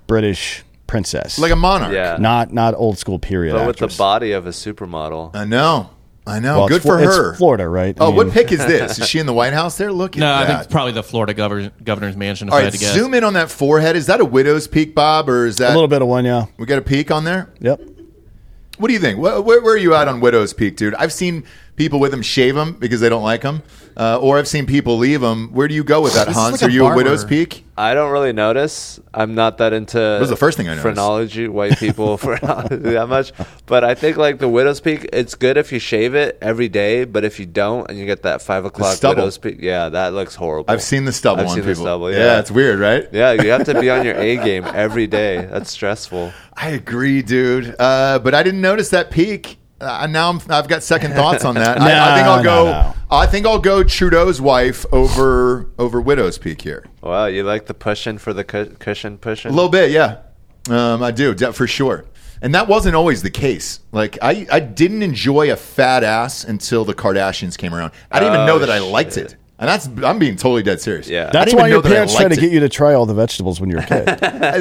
British princess,
Like a monarch.
Yeah.
not not old school period.
but with
actress.
the body of a supermodel.
I know. I know.
Well,
Oh, Good
it's
for
Flo- it's
her.
Florida, right? I
Oh, what
mean-
pick is this? Is she in the White House there? Look at
No, I
that.
think it's probably the Florida governor, governor's mansion. If
All
I
right,
had to guess.
zoom in on that forehead. Is that a widow's peak, Bob, or is that
a little bit of one, yeah,
We got a peak on there.
yep.
What do you think? Where, where, where are you at on widow's peak, dude? I've seen people with them shave them because they don't like them, uh, or I've seen people leave them. Where do you go with that,
This is
Hans?
like
are
a
you a
barber.
widow's peak?
I don't really notice. I'm not that into. That
was the first thing I noticed.
Phrenology, white people phrenology that much. But I think like the widow's peak. It's good if you shave it every day, but if you don't and you get that five o'clock
stubble.
widow's peak, yeah, that looks horrible.
I've seen the stubble
I've
on
seen the
people.
stubble, yeah.
it's weird, right?
Yeah, you have to be on your A game every day. That's stressful.
I agree, dude. Uh, but I didn't notice that peak. Uh, now I'm, I've got second thoughts on that. I, I think I'll
No,
go.
no, no.
I think I'll go Trudeau's wife over over Widow's Peak here.
Wow, you like the pushing for the cu- cushion
A
pushing?
little bit, yeah. Um, I do, de- for sure. And that wasn't always the case. Like I, I didn't enjoy a fat ass until the Kardashians came around. I didn't even
Oh,
know that I liked it. And that's I'm being totally dead serious. Yeah.
That's why your parents try to get you to try all the vegetables when you're a kid.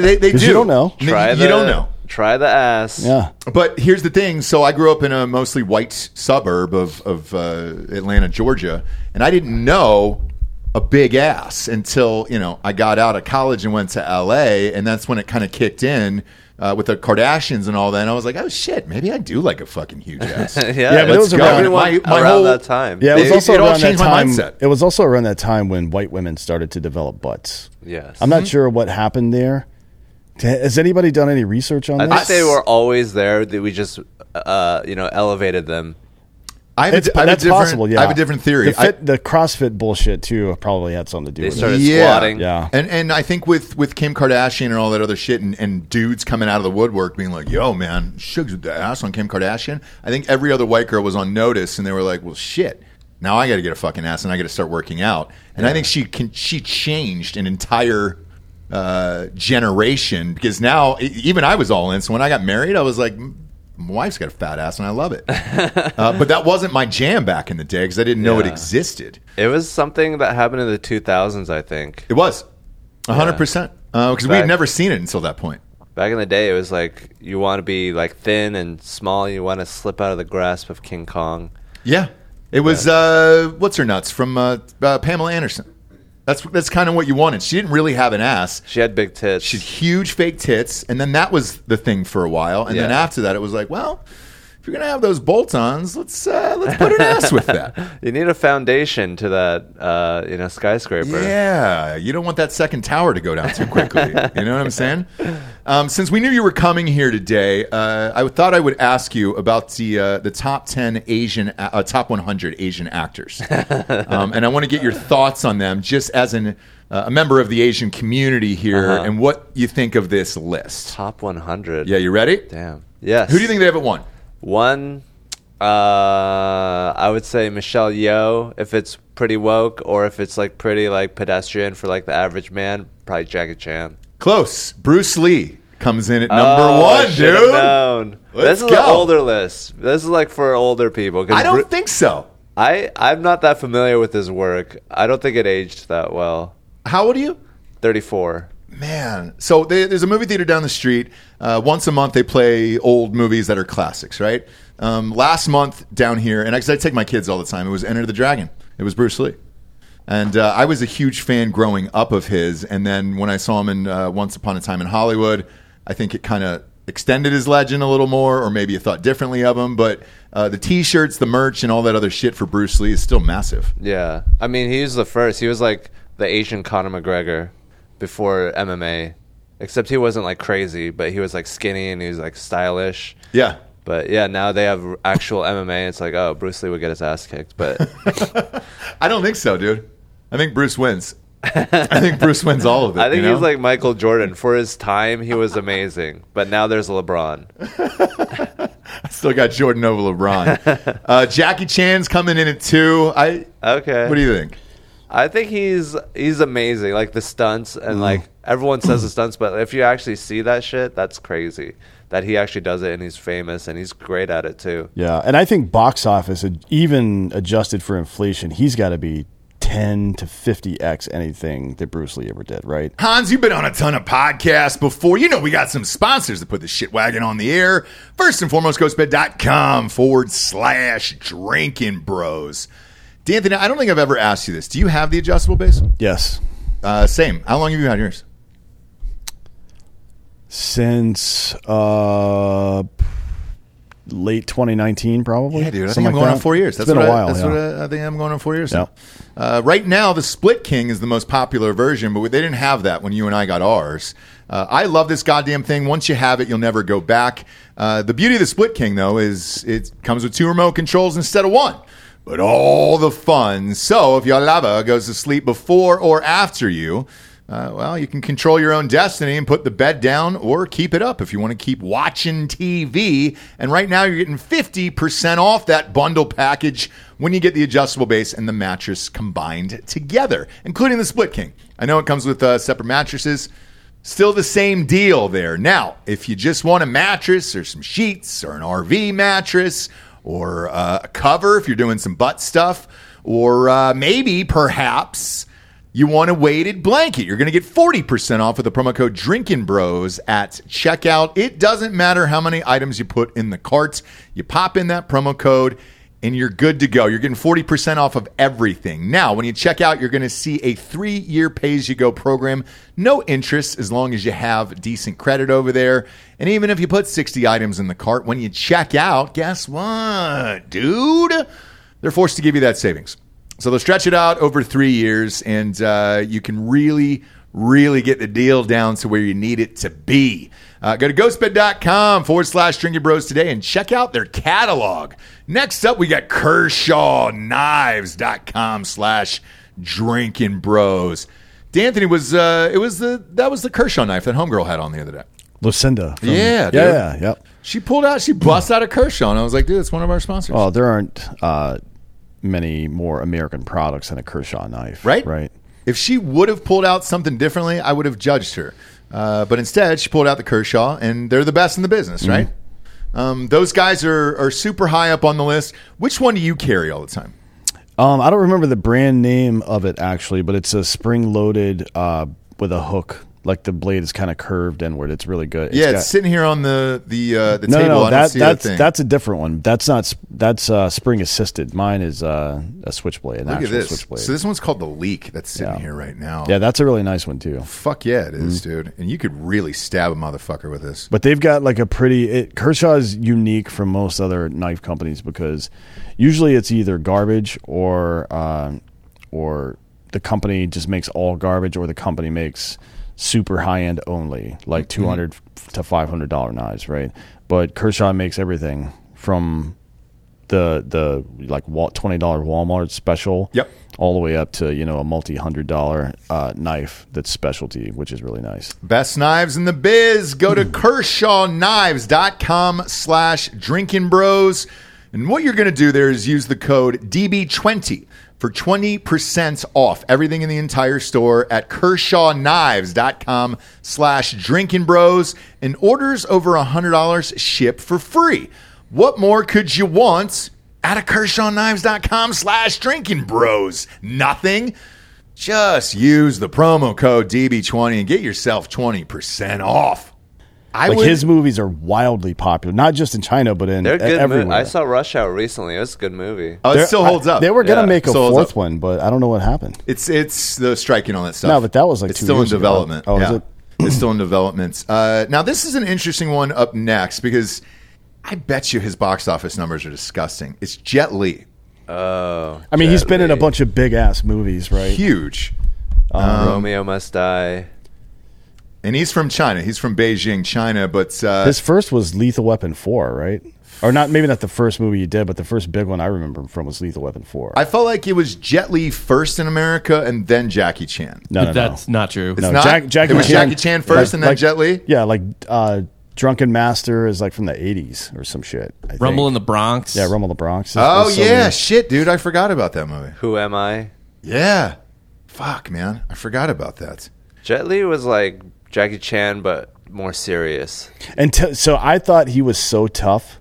they, they
'Cause
do.
you don't know.
They-
Try
you
the-
don't know.
Try the ass.
Yeah.
But here's the thing. So I grew up in a mostly white suburb of, of uh, Atlanta, Georgia, and I didn't know a big ass until, you know, I got out of college and went to LA, and that's when it kind of kicked in. Uh, with the Kardashians and all that, and I was like, "Oh shit, maybe I do like a fucking huge ass."
Yeah, Yeah, but it
Let's
was
go.
around-
My-
everyone
my
around
whole-
that time.
Yeah, it was
It-
also
it all
around that
changed my
time.
mindset.
It was also around that time when white women started to develop butts.
Yes.
Mm-hmm.
I'm not sure what happened there. Has anybody done any research on
I
this?
think they were always there. That we just, uh, you know, elevated them.
I have, a
It's-
di- I have
that's
a different,
possible. Yeah,
I have a differerent theory.
The,
I-
fit- the CrossFit bullshit too probably had something to do.
They
with
started
it.
Yeah. squatting.
Yeah,
And and I think with with Kim Kardashian and all that other shit and, and dudes coming out of the woodwork being like, "Yo, man, Sugs with the ass on Kim Kardashian." I think every other white girl was on notice, and they were like, "Well, shit." Now I got to get a fucking ass, and I got to start working out. And I think she can. She changed an entire uh, generation because now e- even I was all in. So when I got married, I was like, "M- "My wife's got a fat ass, and I love it." uh, but that wasn't my jam back in the day because I didn't know it
Yeah.
existed.
It was something that happened in the 2000s, I think.
It was
Yeah.
100 percent because we
Back-
had never seen it until that point.
Back in the day, it was like you want to be like thin and small. You want to slip out of the grasp of King Kong.
Yeah, it was uh, what's her nuts from uh, uh, Pamela Anderson. That's that's kind of what you wanted. She didn't really have an ass.
She had big tits.
She had huge fake tits, and then that was the thing for a while. And then
Yeah.
after that, it was like, well, if you're gonna have those bolt-ons, let's uh, let's put an ass with that.
you need a foundation to that, uh, you know, skyscraper.
Yeah, you don't want that second tower to go down too quickly. you know what I'm saying? Um, since we knew you were coming here today, uh, I thought I would ask you about the uh, the top ten Asian, uh, top 100 Asian actors, um, and I want to get your thoughts on them, just as an uh, a member of the Asian community here,
Uh-huh.
and what you think of this list.
Top 100.
Yeah, you ready?
Damn. Yes.
Who do you think they have at one?
One, uh, I would say Michelle Yeoh. If it's pretty woke, or if it's like pretty like pedestrian for like the average man, probably Jackie Chan.
Close. Bruce Lee comes in at number
Oh,
one,
I should've
dude.
known.
Let's
This is an
go.
older list. This is like for older people. 'cause
I don't
Bru-
think so.
I I'm not that familiar with his work. I don't think it aged that well.
How old are you?
34.
Man, so they, there's a movie theater down the street. Uh, once a month, they play old movies that are classics, right? Um, last month down here, and I, 'cause I take my kids all the time, it was Enter the Dragon. It was Bruce Lee. And uh, I was a huge fan growing up of his. And then when I saw him in uh, Once Upon a Time in Hollywood, I think it kind of extended his legend a little more, or maybe you thought differently of him. But uh, the t shirts, the merch, and all that other shit for Bruce Lee is still massive.
Yeah. I mean, he was the first. He was like the Asian Conor McGregor before MMA. Except he wasn't like crazy, but he was like skinny and he was like stylish.
Yeah.
But yeah, now they have actual MMA. It's like, oh, Bruce Lee would get his ass kicked. But
I don't think so, dude. I think Bruce wins. I think Bruce wins all of it.
I think
you know?
he's like Michael Jordan. For his time, he was amazing. But now there's LeBron.
Still got Jordan over LeBron. uh, Jackie Chan's coming in at two. I
Okay.
What do you think?
I think he's he's amazing. Like the stunts and like everyone says the stunts, but if you actually see that shit, that's crazy. That he actually does it and he's famous and he's great at it too.
yeah. And I think box office, ad- even adjusted for inflation, he's got to be ten to fifty x anything that Bruce Lee ever did. Right?
Hans, you've been on a ton of podcasts before. You know we got some sponsors that put the shit wagon on the air. First and foremost, ghostbed.com forward slash drinking bros. D'Anthony, I don't think I've ever asked you this. Do you have the adjustable base?
Yes.
Uh, same. How long have you had yours?
Since uh, late 2019, probably.
Yeah, dude. I
Something
think I'm
like
going
that.
on four years.
It's
That's
been
what
a while.
I, that's
yeah.
what I, I think I'm going on four years.
Yeah.
Now. Uh, right now, the Split King is the most popular version, but they didn't have that when you and I got ours. Uh, I love this goddamn thing. Once you have it, you'll never go back. Uh, the beauty of the Split King, though, is it comes with two remote controls instead of one. But all the fun. So if your lover goes to sleep before or after you, Uh, well, you can control your own destiny and put the bed down or keep it up if you want to keep watching TV. And right now, you're getting 50% off that bundle package when you get the adjustable base and the mattress combined together, including the Split King. I know it comes with uh, separate mattresses. Still the same deal there. Now, if you just want a mattress or some sheets or an RV mattress or uh, a cover if you're doing some butt stuff, or uh, maybe perhaps you want a weighted blanket. You're going to get 40% off with the promo code Drinking Bros at checkout. It doesn't matter how many items you put in the cart, you pop in that promo code and you're good to go. You're getting 40% off of everything. Now, when you check out, you're going to see a three year pay as you go program. No interest as long as you have decent credit over there. And even if you put 60 items in the cart, when you check out, guess what, dude? They're forced to give you that savings. So they'll stretch it out over three years, and uh, you can really, really get the deal down to where you need it to be. Uh, go to ghostbed.com forward slash drinking bros today and check out their catalog. Next up, we got KershawKnives.com slash drinking bros. D'Anthony was uh, it was the that was the Kershaw knife that homegirl had on the other day.
Lucinda. from-
Yeah, dude.
yeah, yep.
She pulled out, she busts out a Kershaw, and I was like, dude, it's one of our sponsors.
Well, there aren't uh, many more American products than a Kershaw knife,
Right?
Right.
If she would have pulled out something differently, I would have judged her. Uh, but instead, she pulled out the Kershaw, and they're the best in the
Mm-hmm.
business, right? Um, those guys are, are super high up on the list. Which one do you carry all the time?
Um, I don't remember the brand name of it actually, but it's a spring loaded uh, with a hook. Like the blade is kind of curved inward. It's really good.
yeah,
got-
it's sitting here on the the uh, the
no,
table.
no,
I don't
no, that,
see
that's
the thing.
that's a different one. That's not sp- that's uh, spring assisted. Mine is uh, a switchblade, an
Look
actual
at this.
switchblade.
So this one's called the leak that's sitting here right now.
yeah, Mm-hmm. that's a really nice one too.
Fuck yeah, it is, dude. And you could really stab a motherfucker with this.
But they've got like a pretty it, Kershaw is unique from most other knife companies because usually it's either garbage or uh, or the company just makes all garbage or the company makes super high end only like 200 to 500 dollar knives, right? But Kershaw makes everything from the the like wa- twenty dollar Walmart special,
Yep.
all the way up to you know a multi hundred dollar uh, knife that's specialty, which is really nice.
Best knives in the biz. Go to KershawKnives.com slash drinking bros. And what you're going to do there is use the code DB20 for 20% off everything in the entire store at KershawKnives.com slash drinking bros. And orders over $100 ship for free. What more could you want at a KershawKnives.com slash drinking bros? Nothing. Just use the promo code DB20 and get yourself 20% off. I
like
would,
his movies are wildly popular, not just in China but in
They're
e-
good.
everywhere.
Mo- I saw Rush Hour recently. It was a good movie.
oh,
They're-
it still holds
I-
up.
They were gonna
Yeah,
make a
still holds
fourth
up.
one, but I don't know what happened.
It's it's the striking on that stuff.
No, but that was like
it's
two
still
years
in
ago.
development.
Oh, is
Yeah.
it?
it's still in development. Uh, now this is an interesting one up next because I bet you his box office numbers are disgusting. It's Jet Li,
Oh,
I mean, he's been in a
Jet Li.
bunch of big ass movies, right?
huge,
Romeo Must Die.
and he's from China. He's from Beijing, China. But uh,
His first was Lethal Weapon four, right? Or not? Maybe not the first movie he did, but the first big one I remember him from was Lethal Weapon four.
I felt like it was Jet Li first in America and then Jackie Chan.
no, no, no.
That's not true.
no.
not-
Jack, Jackie
it was
Chan,
Jackie Chan first
like-
and then
like-
Jet Li.
Yeah, like uh, Drunken Master is like from the '80s or some shit. I
Rumble in
think.
the Bronx.
yeah, Rumble in the Bronx. There's-
Oh
there's so
yeah,
many-
shit, dude, I forgot about that movie.
Who am I?
Yeah, fuck, man, I forgot about that.
Jet Li was like Jackie Chan, but more serious.
And t- so I thought he was so tough.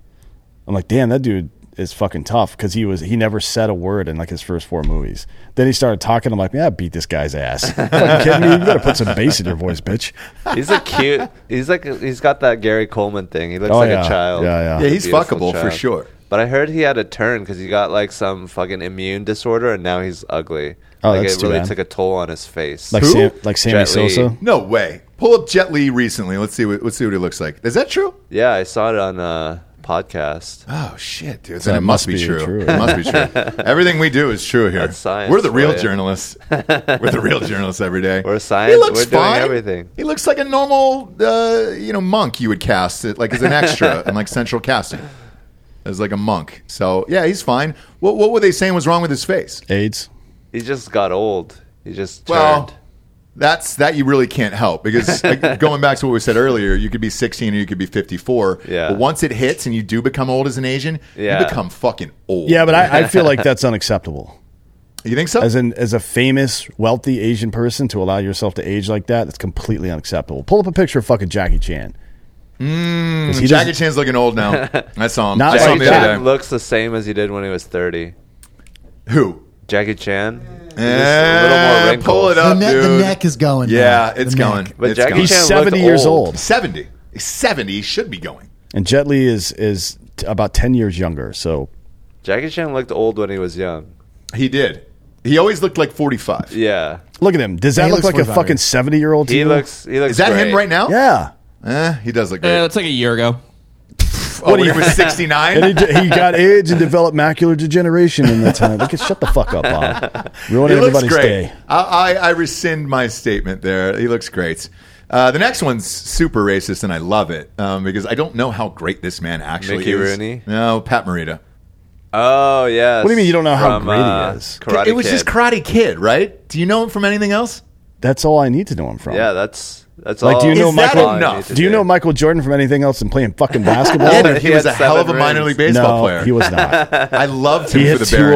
I'm like, damn, that dude is fucking tough because he was he never said a word in like his first four movies. Then he started talking. I'm like, yeah, beat this guy's ass. Fucking kidding me? You better put some bass in your voice, bitch.
He's a cute. he's like he's got that Gary Coleman thing. He looks
Oh,
like
yeah.
a child.
Yeah, yeah.
Yeah, he's
Beautiful
fuckable for
child.
sure.
But I heard he had a turn because he got like some fucking immune disorder, and now he's ugly.
Oh,
like
that's
it
too
really
bad.
took a toll on his face.
Like
Who?
Sam, like Sammy
Jet Li.
Sosa.
No way. Pull up Jet Li recently. Let's see. What, let's see what he looks like. Is that true?
yeah, I saw it on a podcast.
Oh shit, dude.
That
Then it must, be, true. It must be true. Everything we do is true here.
That's science
We're the
for
real
you.
journalists. We're the real journalists every day.
We're science. We're doing everything.
He looks like a normal, uh, you know, monk. You would cast it like as an extra and like central casting as like a monk. So yeah, he's fine. What what were they saying was wrong with his face?
AIDS.
He just got old. He just turned.
Well, That's that you really can't help because like, going back to what we said earlier, you could be 16 or you could be 54.
Yeah.
But once it hits and you do become old as an Asian,
Yeah.
you become fucking old.
Yeah, but I, I feel like that's unacceptable.
You think so?
As an as a famous, wealthy Asian person to allow yourself to age like that, that's completely unacceptable. Pull up a picture of fucking Jackie Chan.
Mm,
'Cause he
Jackie
doesn't-
Chan's looking old now. I saw him.
Not
I saw him
like
the other
that.
day.
looks the same as he did when he was 30.
Who?
Jackie Chan. Just
Eh, pull it up,
the, neck, the
dude.
neck is going.
Yeah,
man.
it's
The
going.
neck.
But
It's
Jackie
going.
He's Chan looked 70 years old. old.
70. 70 should be going.
And Jet Li is is t- about ten years younger. So
Jackie Chan looked old when he was young.
He did. He always looked like 45.
Yeah,
look at him. Does that
He
look
looks
like a
way better.
fucking seventy year old?
he looks. He looks.
Is that him
great.
right now?
Yeah.
Eh, he does look
Eh,
great.
it's like a year ago.
oh, when he was 69?
And he, d- he got AIDS and developed macular degeneration in that time. Look, at- shut the fuck up, Bob. Ruining
He looks
everybody's
great.
day.
I, I, I rescind my statement there. He looks great. Uh, the next one's super racist, and I love it um, because I don't know how great this man actually
Mickey
is.
Rooney?
No, Pat Morita.
Oh yeah.
What do you mean you don't know how
From,
great he
uh,
is?
Karate
it was
Kid.
just Karate Kid, right? Do you know him from anything else?
That's all I need to know him from.
yeah, that's that's
Like,
all.
do you know
all
Michael-
I
enough?
need to
Do you know Michael Jordan from anything else than playing fucking basketball?
Yeah, dude,
He
he, was
had
a hell of a
seven
minor
rings.
league baseball
no,
player.
he was not.
I loved him
he
for
hit
the
two hundred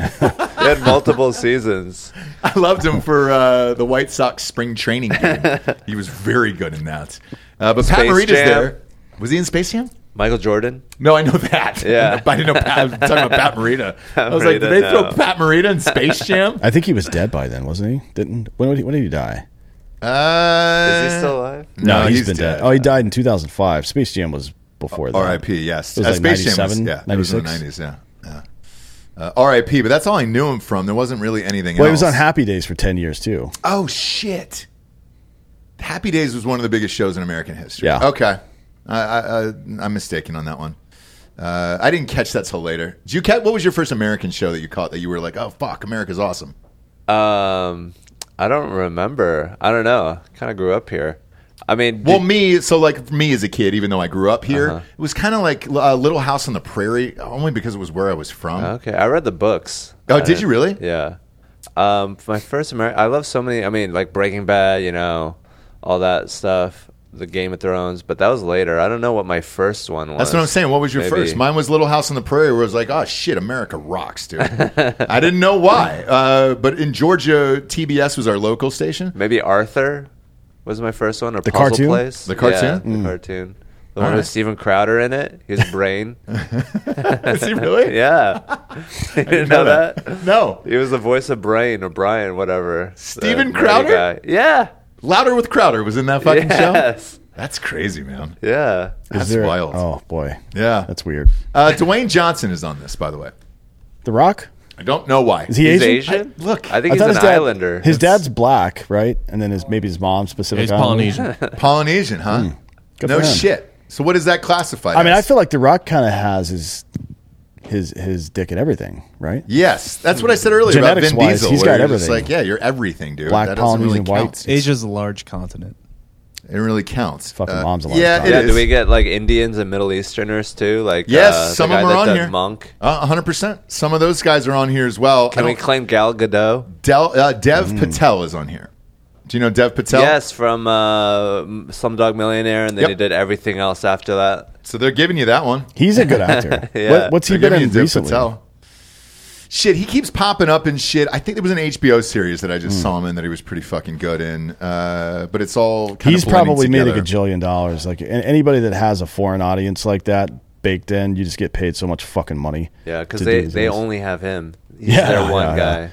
Barons.
one.
He had multiple seasons.
I loved him for uh, the White Sox spring training game. he was very good in that. Uh, but Pat
Space
Morita's
Jam.
there. Was he in Space Jam?
Michael Jordan.
No, I know that.
Yeah.
but I didn't know Pat. I'm talking about Pat Morita. I was like,
Morita,
did they
no.
throw Pat Morita in Space Jam?
I think he was dead by then, wasn't he? Didn't when? Did he, when did he die?
Uh,
Is he still alive?
No, he's
he's been dead.
dead.
Oh, he died in two thousand five. Space Jam was before that.
R.I.P. Yes,
It was
Uh,
like
Space Jam. Was,
97,
yeah, it was in the
96.
nineties. Yeah. yeah. Uh, R.I.P. But that's all I knew him from. There wasn't really anything.
Well, he
else.
was on Happy Days for ten years too.
Oh shit! Happy Days was one of the biggest shows in American history.
Yeah.
Okay. I, I, I I'm mistaken on that one. Uh, I didn't catch that till later. Did you catch? What was your first American show that you caught that you were like, oh fuck, America's awesome?
Um, I don't remember. I don't know. Kind of grew up here. I mean,
Well,
did-
me, so like for me as a kid, even though I grew up here,
Uh-huh.
it was kind of like uh, Little House on the Prairie, only because it was where I was from.
Okay, I read the books.
Oh,
I
did
didn't-
you really?
Yeah. Um, my first American. I love so many. I mean, like Breaking Bad, you know, all that stuff. The Game of Thrones, but that was later. I don't know what my first one was.
That's what I'm saying. What was your
Maybe.
first? Mine was Little House on the Prairie, where I was like, oh shit, America rocks, dude. I didn't know why. Uh, but in Georgia, TBS was our local station.
Maybe Arthur was my first one, or
The
Puzzle
cartoon?
Place.
The cartoon? Hmm.
Yeah, the cartoon. The one
All right.
with Steven Crowder in it. His brain.
Is he really?
yeah. you didn't know, that?
No.
He was the voice of Brain or Brian, whatever. The
Steven
nerdy
Crowder?
guy. Yeah.
Louder with Crowder was in that fucking show.
yes.
That's crazy, man.
Yeah.
That's wild.
Oh boy,
Yeah.
that's weird.
Uh, Dwayne Johnson is on this, by the way.
The Rock
I don't know why.
is he
He's
Asian?
Asian?
I- look,
I think
I
he's
thought
an
his dad-
islander.
His dad's black, right? And then his maybe his mom's Pacific.
He's
Islander. Hmm.
Polynesian.
Polynesian, huh?
Good
no
for him.
shit. So what is that classified?
I mean, I
as?
feel like The Rock kind of has his his his dick and everything, right?
Yes, that's what I said earlier about Vin
Genetics-wise,
Diesel.
he's
where
got
you're just
everything.
like, yeah, you're everything, dude.
Black,
that doesn't really
Polynesian, white.
count. It
Asia's a large continent.
really counts.
Fucking mom's a lot of
Yeah,
times.
it
yeah,
is.
do we get like Indians and Middle Easterners too? Like
yes,
uh, the
some
guy
of them are
that
on
done
here.
Monk.
Uh, 100%. Some of those guys are on here as well.
Can
I
we
don't-
claim Gal Gadot?
Del, uh, Dev
Mm.
Patel is on here. Do you know Dev Patel?
Yes, from uh, Slumdog Millionaire, and then
Yep.
he did everything else after that.
So they're giving you that one.
He's a good actor.
Yeah.
what, what's he
They're
been
giving
in
you Dev
recently?
Patel. Shit, he keeps popping up in shit. I think there was an HBO series that I
Mm.
just saw him in that he was pretty fucking good in. Uh, but it's all kind
He's
of blending
probably made a
together.
gajillion dollars. Like an- anybody that has a foreign audience like that baked in, you just get paid so much fucking money.
Yeah, because
to
they,
do these
they
things.
only have him. He's
Yeah,
their one
yeah,
guy.
yeah.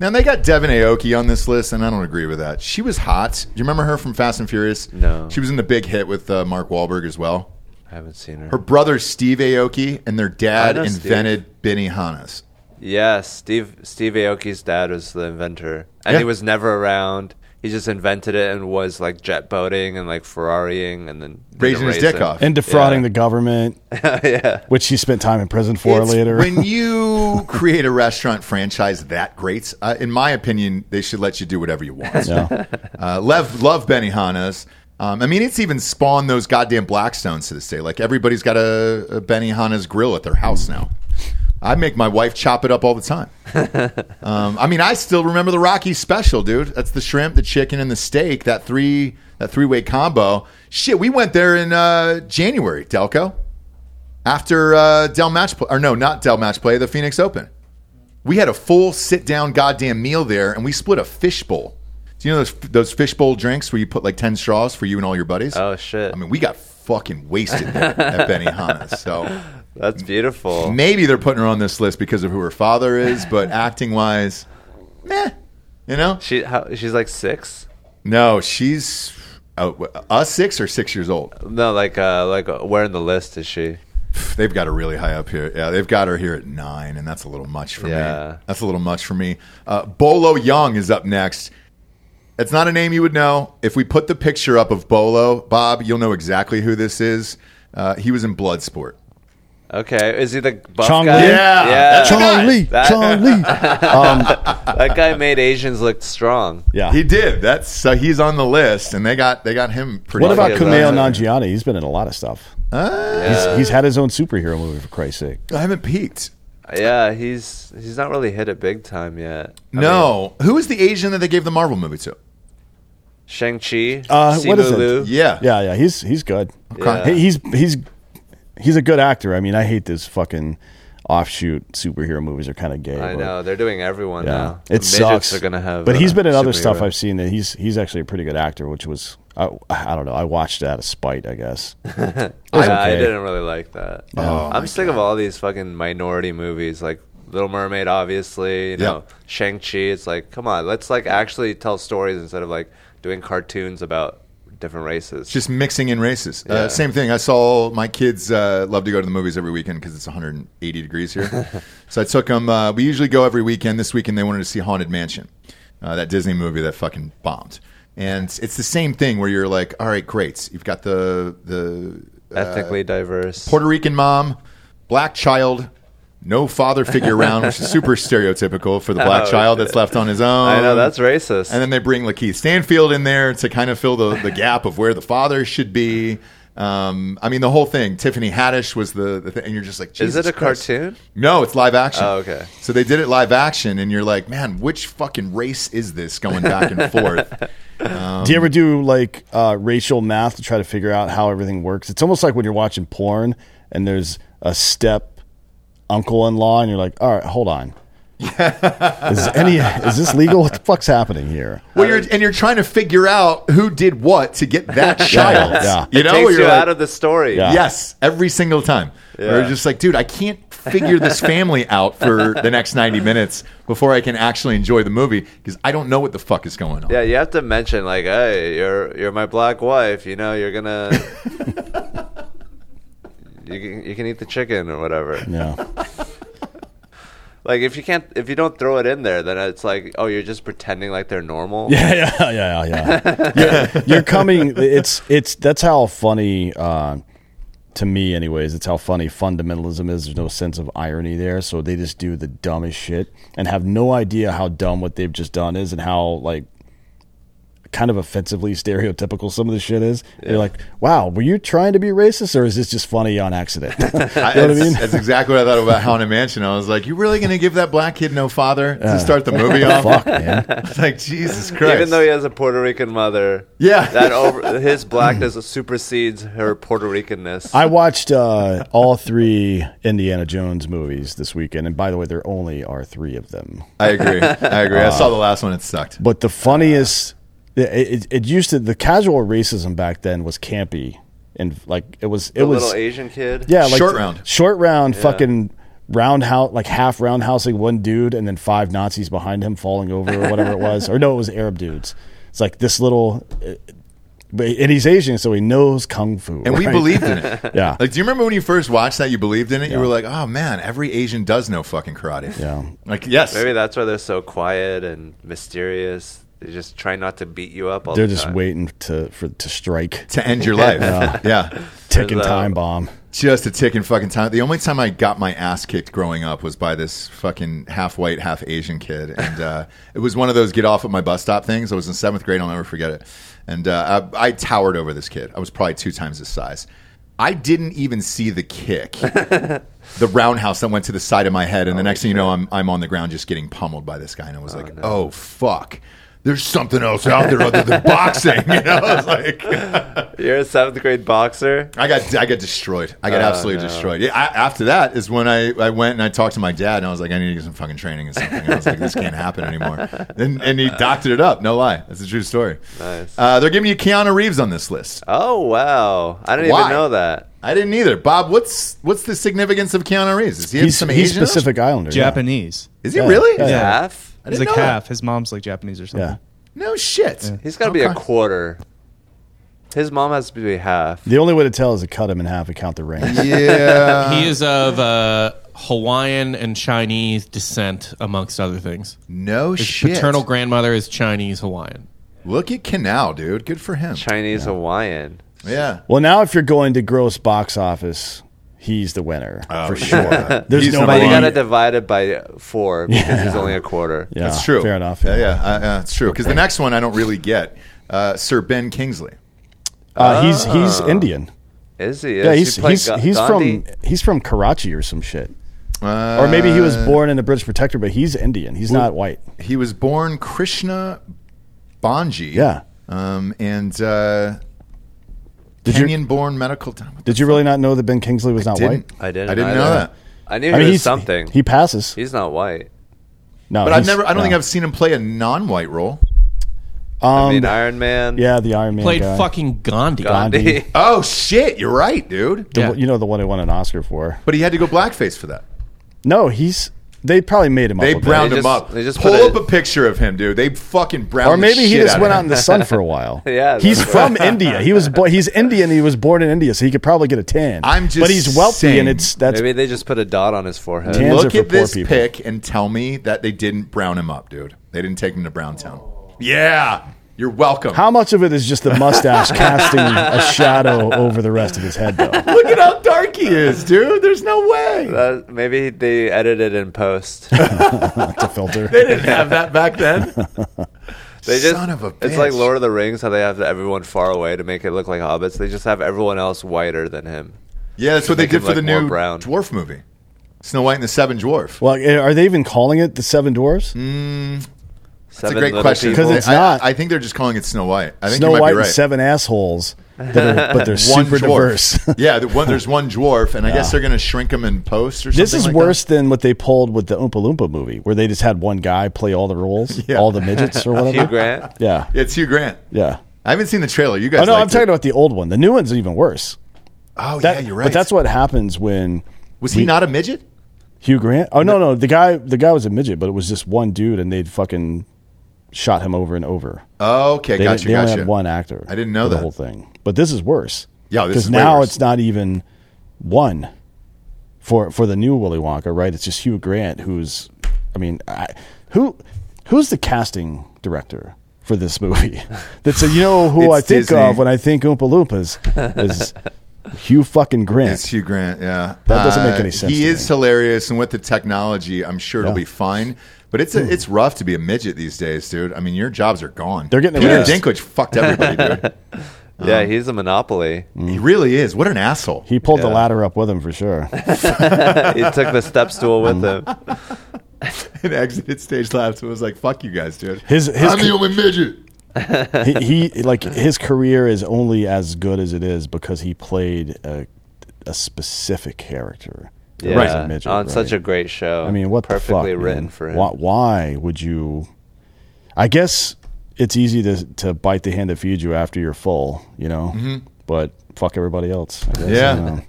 Now they got Devin Aoki on this list, and I don't agree with that. She was hot. Do you remember her from Fast and Furious?
No.
She was in the big hit with uh, Mark Wahlberg as well.
I haven't seen her.
Her brother Steve Aoki and their dad
I know Steve.
invented Benihana's.
Yes, Steve Steve Aoki's dad was the inventor, and
Yeah.
he was never around. He just invented it and was like jet boating and like Ferrariing and then did a
Raising his
race
dick
and-
off.
and defrauding
Yeah.
the government,
yeah,
which he spent time in prison for
It's-
later.
when you create a restaurant franchise that great, uh, in my opinion, they should let you do whatever you want.
yeah.
Uh, love, love Benihana's. Um, I mean, it's even spawned those goddamn Blackstones to this day. Like everybody's got a, a Benihana's grill at their house now. I make my wife chop it up all the time. um, I mean, I still remember the Rocky special, dude. That's the shrimp, the chicken, and the steak. That three that three way combo. Shit, we went there in uh, January, Delco, after uh, Dell Match Play, or no, not Dell Match Play, the Phoenix Open. We had a full sit down goddamn meal there, and we split a fishbowl. Do you know those those fishbowl drinks where you put like ten straws for you and all your buddies?
Oh shit!
I mean, we got fucking wasted there at Benihana. So
That's beautiful.
maybe they're putting her on this list because of who her father is, but acting wise, meh. You know,
She how, she's like six.
no, she's uh, us six or six years old.
No, like uh, like uh, where in the list is she?
They've got her really high up here. Yeah, they've got her here at nine, and that's a little much for
Yeah.
me. That's a little much for me. Uh, Bolo Young is up next. It's not a name you would know. If we put the picture up of Bolo, Bob, you'll know exactly who this is. Uh, he was in Bloodsport.
Okay, is he the buff
Chong
guy?
Lee?
Yeah,
yeah.
that's the guy.
Chong Lee,
That-
Chong Lee.
that guy made Asians look strong.
Um, Yeah.
He did. That's so he's on the list, and they got they got him pretty.
What about
Yeah,
Kumail
that-
Nanjiani? He's been in a lot of stuff.
Uh,
He's, he's had his own superhero movie for Christ's sake.
I haven't peeked.
Yeah, he's he's not really hit it big time yet. I mean,
No, who is the Asian that they gave the Marvel movie to?
Shang Chi.
Uh, what is it?
Yeah,
Yeah, yeah, he's he's good.
Yeah.
He- He's he's he's a good actor. I mean, I hate this fucking offshoot superhero movies are kind of gay.
I
but-
know they're doing everyone
Yeah,
now. The
it
midgets
sucks.
Are gonna have,
but he's
uh,
been in other stuff
superhero.
I've seen that he's he's actually a pretty good actor, which was I, I don't know. I watched it out of spite, I guess.
Yeah, I
okay. Oh
didn't really like that. I'm sick of all these fucking minority movies, like Little Mermaid, obviously. You know, Shang Chi. It's like, come on, let's like actually tell stories instead of like doing cartoons about different races.
It's just mixing in races.
Yeah.
Uh, same thing. I saw my kids uh, love to go to the movies every weekend because it's 180 degrees here. so I took them. Uh, we usually go every weekend. This weekend they wanted to see Haunted Mansion, uh, that Disney movie that fucking bombed. And it's the same thing where you're like, all right, great. You've got the
uh,
the
ethnically diverse.
Puerto Rican mom, black child, no father figure around, which is super stereotypical for the black
Oh,
child that's left on his own.
I know that's racist.
And then they bring Lakeith Stanfield in there to kind of fill the, the gap of where the father should be. Um, I mean, the whole thing. Tiffany Haddish was the, the thing, and you're just like,
is
Jesus
it a
Christ.
cartoon?
No, it's live action.
Oh, okay.
So they did it live action, and you're like, man, which fucking race is this going back and forth?
do you ever do like uh, racial math to try to figure out how everything works? It's almost like when you're watching porn and there's a step uncle in law, and you're like, all right, hold on. is any is this legal? What the fuck's happening here?
Well, you're, and you're trying to figure out who did what to get that child.
yeah.
You
It
know,
takes
You're
you
like-
out of the story.
Yeah.
Yes, every single time. we Where
Yeah.
you're just like, dude, I can't figure this family out for the next 90 minutes before I can actually enjoy the movie because I don't know what the fuck is going on.
Yeah, you have to mention like, hey, you're you're my black wife. You know, you're gonna. You can, you can eat the chicken or whatever.
Yeah.
Like if you can't if you don't throw it in there, then it's like oh you're just pretending like they're normal.
Yeah, yeah, yeah, yeah, yeah. You're, you're coming. It's it's that's how funny uh, to me, anyways. It's how funny fundamentalism is. There's no sense of irony there, so they just do the dumbest shit and have no idea how dumb what they've just done is and how like kind of offensively stereotypical some of the shit is. You're like, wow, were you trying to be racist or is this just funny on accident? you know what
I-
I
that's,
mean?
that's exactly what I thought about Haunted Mansion. I was like, you really going to give that black kid no father to start the movie off?
Fuck, man.
It's like, Jesus Christ.
Even though he has a Puerto Rican mother,
Yeah.
that over his blackness supersedes her Puerto Ricanness.
I watched uh, all three Indiana Jones movies this weekend, and by the way, there only are three of them.
I agree. I agree. I saw the last one. It sucked.
But the funniest, it, it, it used to the casual racism back then was campy, and like it was it
the
was
little Asian kid.
yeah like
Short round.
short round fucking roundhouse like half roundhousing one dude and then five Nazis behind him falling over or whatever it was or no it was Arab dudes. It's like this little, uh, but and he's Asian so he knows kung fu
And we
right?
believed in it.
yeah
Like, do you remember when you first watched that? You believed in it. You were like, "Oh man, every Asian does know fucking karate."
Yeah.
Like, yes,
Maybe that's why they're so quiet and mysterious. They just try not to beat you up all
they're
the
just
time.
waiting to for to strike
to end your life. yeah.
ticking
There's a-
time bomb.
Just a tick and fucking time. The only time I got my ass kicked growing up was by this fucking half white, half Asian kid, and uh, it was one of those get off at my bus stop things. I was in seventh grade. I'll never forget it. And uh, I, I towered over this kid. I was probably two times his size. I didn't even see the kick, the roundhouse that went to the side of my head, and the next thing you know, I'm I'm on the ground just getting pummeled by this guy, and I was like, oh fuck, there's something else out there other than boxing. You know, I was like,
You're a seventh grade boxer.
I got I got destroyed. I got
Oh,
absolutely
no.
destroyed. Yeah, I, after that is when I, I went and I talked to my dad and I was like, I need to get some fucking training and something. I was like, this can't happen anymore. And, and he doctored it up. No lie, that's a true story.
Nice.
Uh, they're giving you Keanu Reeves on this list.
Oh wow! I didn't
Why?
even know that.
I didn't either. Bob, what's what's the significance of Keanu Reeves? Is he have
He's-
some
he's
Asian? in him?
Pacific Islander, yeah.
Japanese.
Is he really?
He's
Yeah.
half.
I
He's
didn't
like
know that.
half. His mom's like Japanese or something.
Yeah.
No shit.
He's got to be a
Okay.
quarter. His mom has to be half.
The only way to tell is to cut him in half and count the rings.
Yeah.
he is of uh, Hawaiian and Chinese descent, amongst other things.
no
His
shit.
paternal grandmother is Chinese Hawaiian.
Look at Canal, dude. Good for him.
Chinese Hawaiian.
Yeah.
Well, now if you're going to gross box office, he's the winner
Oh,
Oh,
for sure. There's
He's
But
nobody.
you
number
got to divide it by four because he's only a quarter.
Yeah,
That's true.
Fair enough.
Yeah, yeah, uh, yeah it's true. Because the next one I don't really get. Uh, Sir Ben Kingsley.
Uh, he's he's Indian.
Is he? Is
Yeah,
he
he's
played
he's
Ga-
he's
Gandhi?
from he's from Karachi or some shit,
Uh,
or maybe he was born in the British Protector, but he's Indian. He's not white.
He was born Krishna Banji.
Yeah.
Um, and uh,
Did you
Kenyan-born medical. Damn, what the
did you really not know that Ben Kingsley was not
didn't-
white?
I didn't.
I didn't
either.
know that.
I knew
I
he
mean,
was
he's
something.
He passes.
he's not white.
No,
But I've
he's-
never. I don't
no.
think I've seen him play a non-white role.
Um,
I mean, Iron Man.
yeah, the Iron Man
Played
guy.
fucking Gandhi.
Gandhi.
Oh shit! You're right, dude.
The-
Yeah.
You know the one who won an Oscar for?
But he had to go blackface for that.
No, he's. They probably made him.
They
up a bit.
browned
They
him
just-
up.
they just
Pull
put
up
a-
a picture of him, dude. They fucking browned.
or maybe
the
he
shit
just
out
went
of
out in
him.
the sun for a while.
Yeah, that's
he's
right.
from India. He was bo- he's Indian. He was born in India, so he could probably get a tan.
I'm just
but he's wealthy,
saying.
and it's that's
Maybe they just put a dot on his forehead.
Tan- Hands are
Look
for
at
poor
this
people.
pic and tell me that they didn't brown him up, dude. They didn't take him to Browntown. Yeah, you're welcome.
how much of it is just the mustache casting a shadow over the rest of his head, though.
Look at how dark he is, dude. There's no way.
Uh, maybe they edited in post.
It's a filter.
They didn't have that back then.
They just,
Son of a
It's like
bitch.
Lord of the Rings how they have everyone far away to make it look like hobbits. They just have everyone else whiter than him.
Yeah, that's what they
Make him
did for the
look more
new
brown.
dwarf movie, Snow White and the Seven Dwarf.
Well, eh, are they even calling it the Seven Dwarfs?
Mm. That's a great question
'Cause it's
I- I-
not.
I, think they're just calling it Snow White. I think
Snow
you might
White
be right.
and seven assholes, that are, but they're
one
super
dwarf.
diverse.
yeah, the one, there's one dwarf, and I guess they're going to shrink him in post or something.
This is
like
worse than what they pulled with the Oompa Loompa movie, where they just had one guy play all the roles,
Yeah.
all the midgets or whatever.
Hugh Grant.
Yeah,
That. It's Hugh Grant.
yeah.
I haven't seen the trailer. You guys?
Oh no, I'm
liked
talking
it.
about the old one. The new one's even worse.
Oh
That-
yeah, you're right.
But that's what happens when
was he
we-
not a midget?
Hugh Grant. Oh no, no, the guy, the guy was a midget, but it was just one dude, and they'd fucking shot him over and over.
Oh, okay,
They,
gotcha,
they only
gotcha.
had one actor.
I didn't know
for the
that.
whole thing. But this is worse.
Yeah, this is way
now
worse.
it's not even one for for the new Willy Wonka, right? It's just Hugh Grant, who's, I mean, I, who who's the casting director for this movie? That's a, you know who I
It's
think
Disney.
of when I think Oompa Loompas is Hugh fucking Grant.
It's Hugh Grant. Yeah, Uh,
That doesn't make any sense
He
to
is
me.
hilarious, and with the technology, I'm sure it'll
Yeah. Hmm.
be fine. But it's a, it's rough to be a midget these days, dude. I mean, your jobs are gone.
They're getting
Peter
erased.
Dinklage fucked everybody, dude.
Yeah, he's a monopoly.
he really is. What an asshole.
He pulled the ladder up with him for sure. Mm.
he took the step stool with him.
and exited stage left and was like, "Fuck you guys, dude.
His- his
I'm the
co-
only midget."
he, he like his career is only as good as it is because he played a, a specific character.
Yeah,
As a midget,
on
right?
such a great show.
I mean, what
perfectly
the fuck,
written
man?
for him.
Why, why would you? I guess it's easy to to bite the hand that feeds you after you're full, you know. But fuck everybody else. I guess, I
Yeah.
don't know.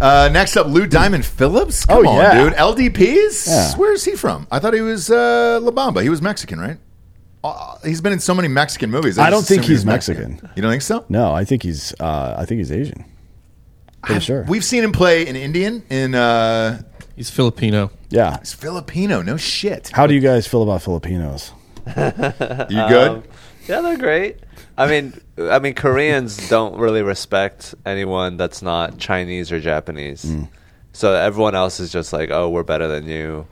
Uh, next up, Lou Diamond Phillips. Come
Oh,
on,
yeah.
dude. LDPs.
Yeah.
Where's he from? I thought he was uh, La Bamba. He was Mexican, right? Uh, he's been in so many Mexican movies.
I don't
just
think
assumed he
he's
was
Mexican.
You don't think so?
No, I think he's. Uh, I think he's Asian. Pretty sure.
We've seen him play an Indian in. Uh,
He's Filipino.
yeah.
he's Filipino. No shit.
How do you guys feel about Filipinos?
you good?
Uh, yeah, they're great. I mean, I mean, Koreans don't really respect anyone that's not Chinese or Japanese. So everyone else is just like, "Oh, we're better than you.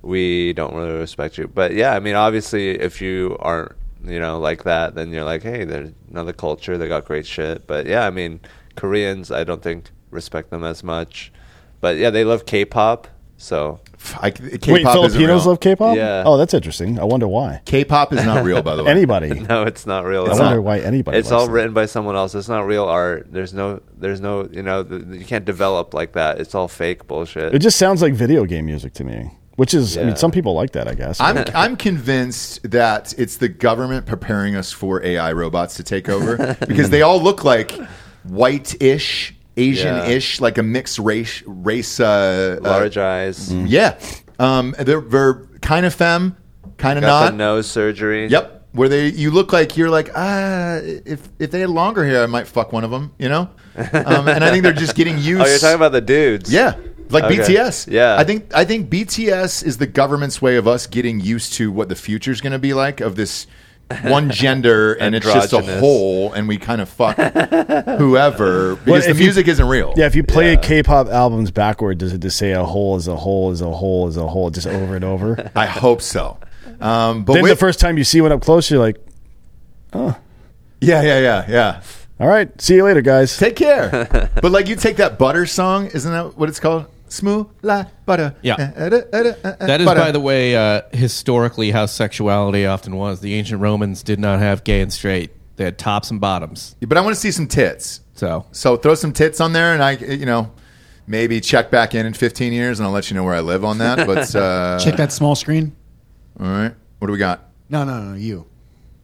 We don't really respect you." But yeah, I mean, obviously, if you aren't, you know, like that, then you're like, "Hey, they're another culture. They got great shit." But yeah, I mean, Koreans, I don't think respect them as much. But yeah, they love K-pop. So
I,
Wait, Filipinos love K-pop?
Yeah.
Oh, that's interesting. I wonder why.
K-pop is not real, by the way.
Anybody?
No, it's not real.
I
It's
wonder
not-
why anybody
It's
likes
all
it.
written by someone else. It's not real art. There's no. There's no. You know. th you can't develop like that. It's all fake bullshit.
It just sounds like video game music to me, which is, I
Yeah.
mean, some people like that, I guess.
I'm I'm convinced that it's the government preparing us for AI robots to take over because they all look like white-ish, Asian-ish, like a mixed race race. Uh, uh,
Large eyes.
Mm.
Yeah, um, they're, they're kind of femme, kind of
Got
not.
the nose surgery.
Yep, where they you look like you're like ah, if if they had longer hair, I might fuck one of them, you know. Um, and I think they're just getting used.
Oh, you're talking about the dudes.
Yeah, like
Okay.
BTS.
Yeah.
I think I think BTS is the government's way of us getting used to what the future's going to be like of this one gender and it's just a
Androgynous.
hole, and we kind of fuck whoever because
Well,
the
if you-
music isn't real.
Yeah, if you play K-pop albums backward, does it just say a whole is a whole is a whole is a whole just over and over?
I hope so. Um, but
then the
with-
first time you see one up close, you're like,
yeah, yeah, yeah, yeah.
"All right, see you later, guys."
Take care. but like you take that butter song, isn't that what it's called? Smooth la butter. Eh,
Yeah. That
That
is, by the way, uh, historically how sexuality often was. The ancient Romans did not have gay and straight; they had tops and bottoms.
But I want to see some tits.
So
So throw some tits on there, and I, eh, you know, maybe check back in in 15 years, and I'll let you know where I live on that. But uh,
Check that small screen.
All right, what do we got?
No, no, no, you.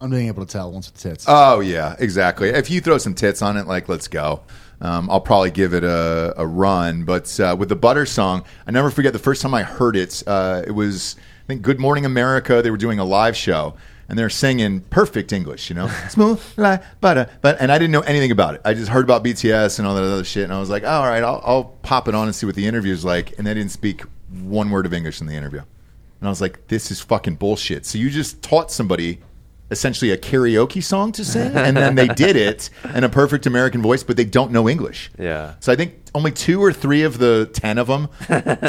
I'm being able to tell once with tits.
Oh yeah, exactly. If you throw some tits on it, like let's go. Um, I'll probably give it a, a run. But uh, with the butter song, I never forget the first time I heard it. Uh, it was I think Good Morning America. They were doing a live show. And they're singing perfect English, you know, smooth like butter. But and I didn't know anything about it. I just heard about BTS and all that other shit, and I was like, oh, all right, I'll, I'll pop it on and see what the interview's like. And they didn't speak one word of English in the interview. And I was like, this is fucking bullshit. So you just taught somebody essentially a karaoke song to sing, and then they did it in a perfect American voice, but they don't know English.
Yeah.
So I think only two or three of the 10 of them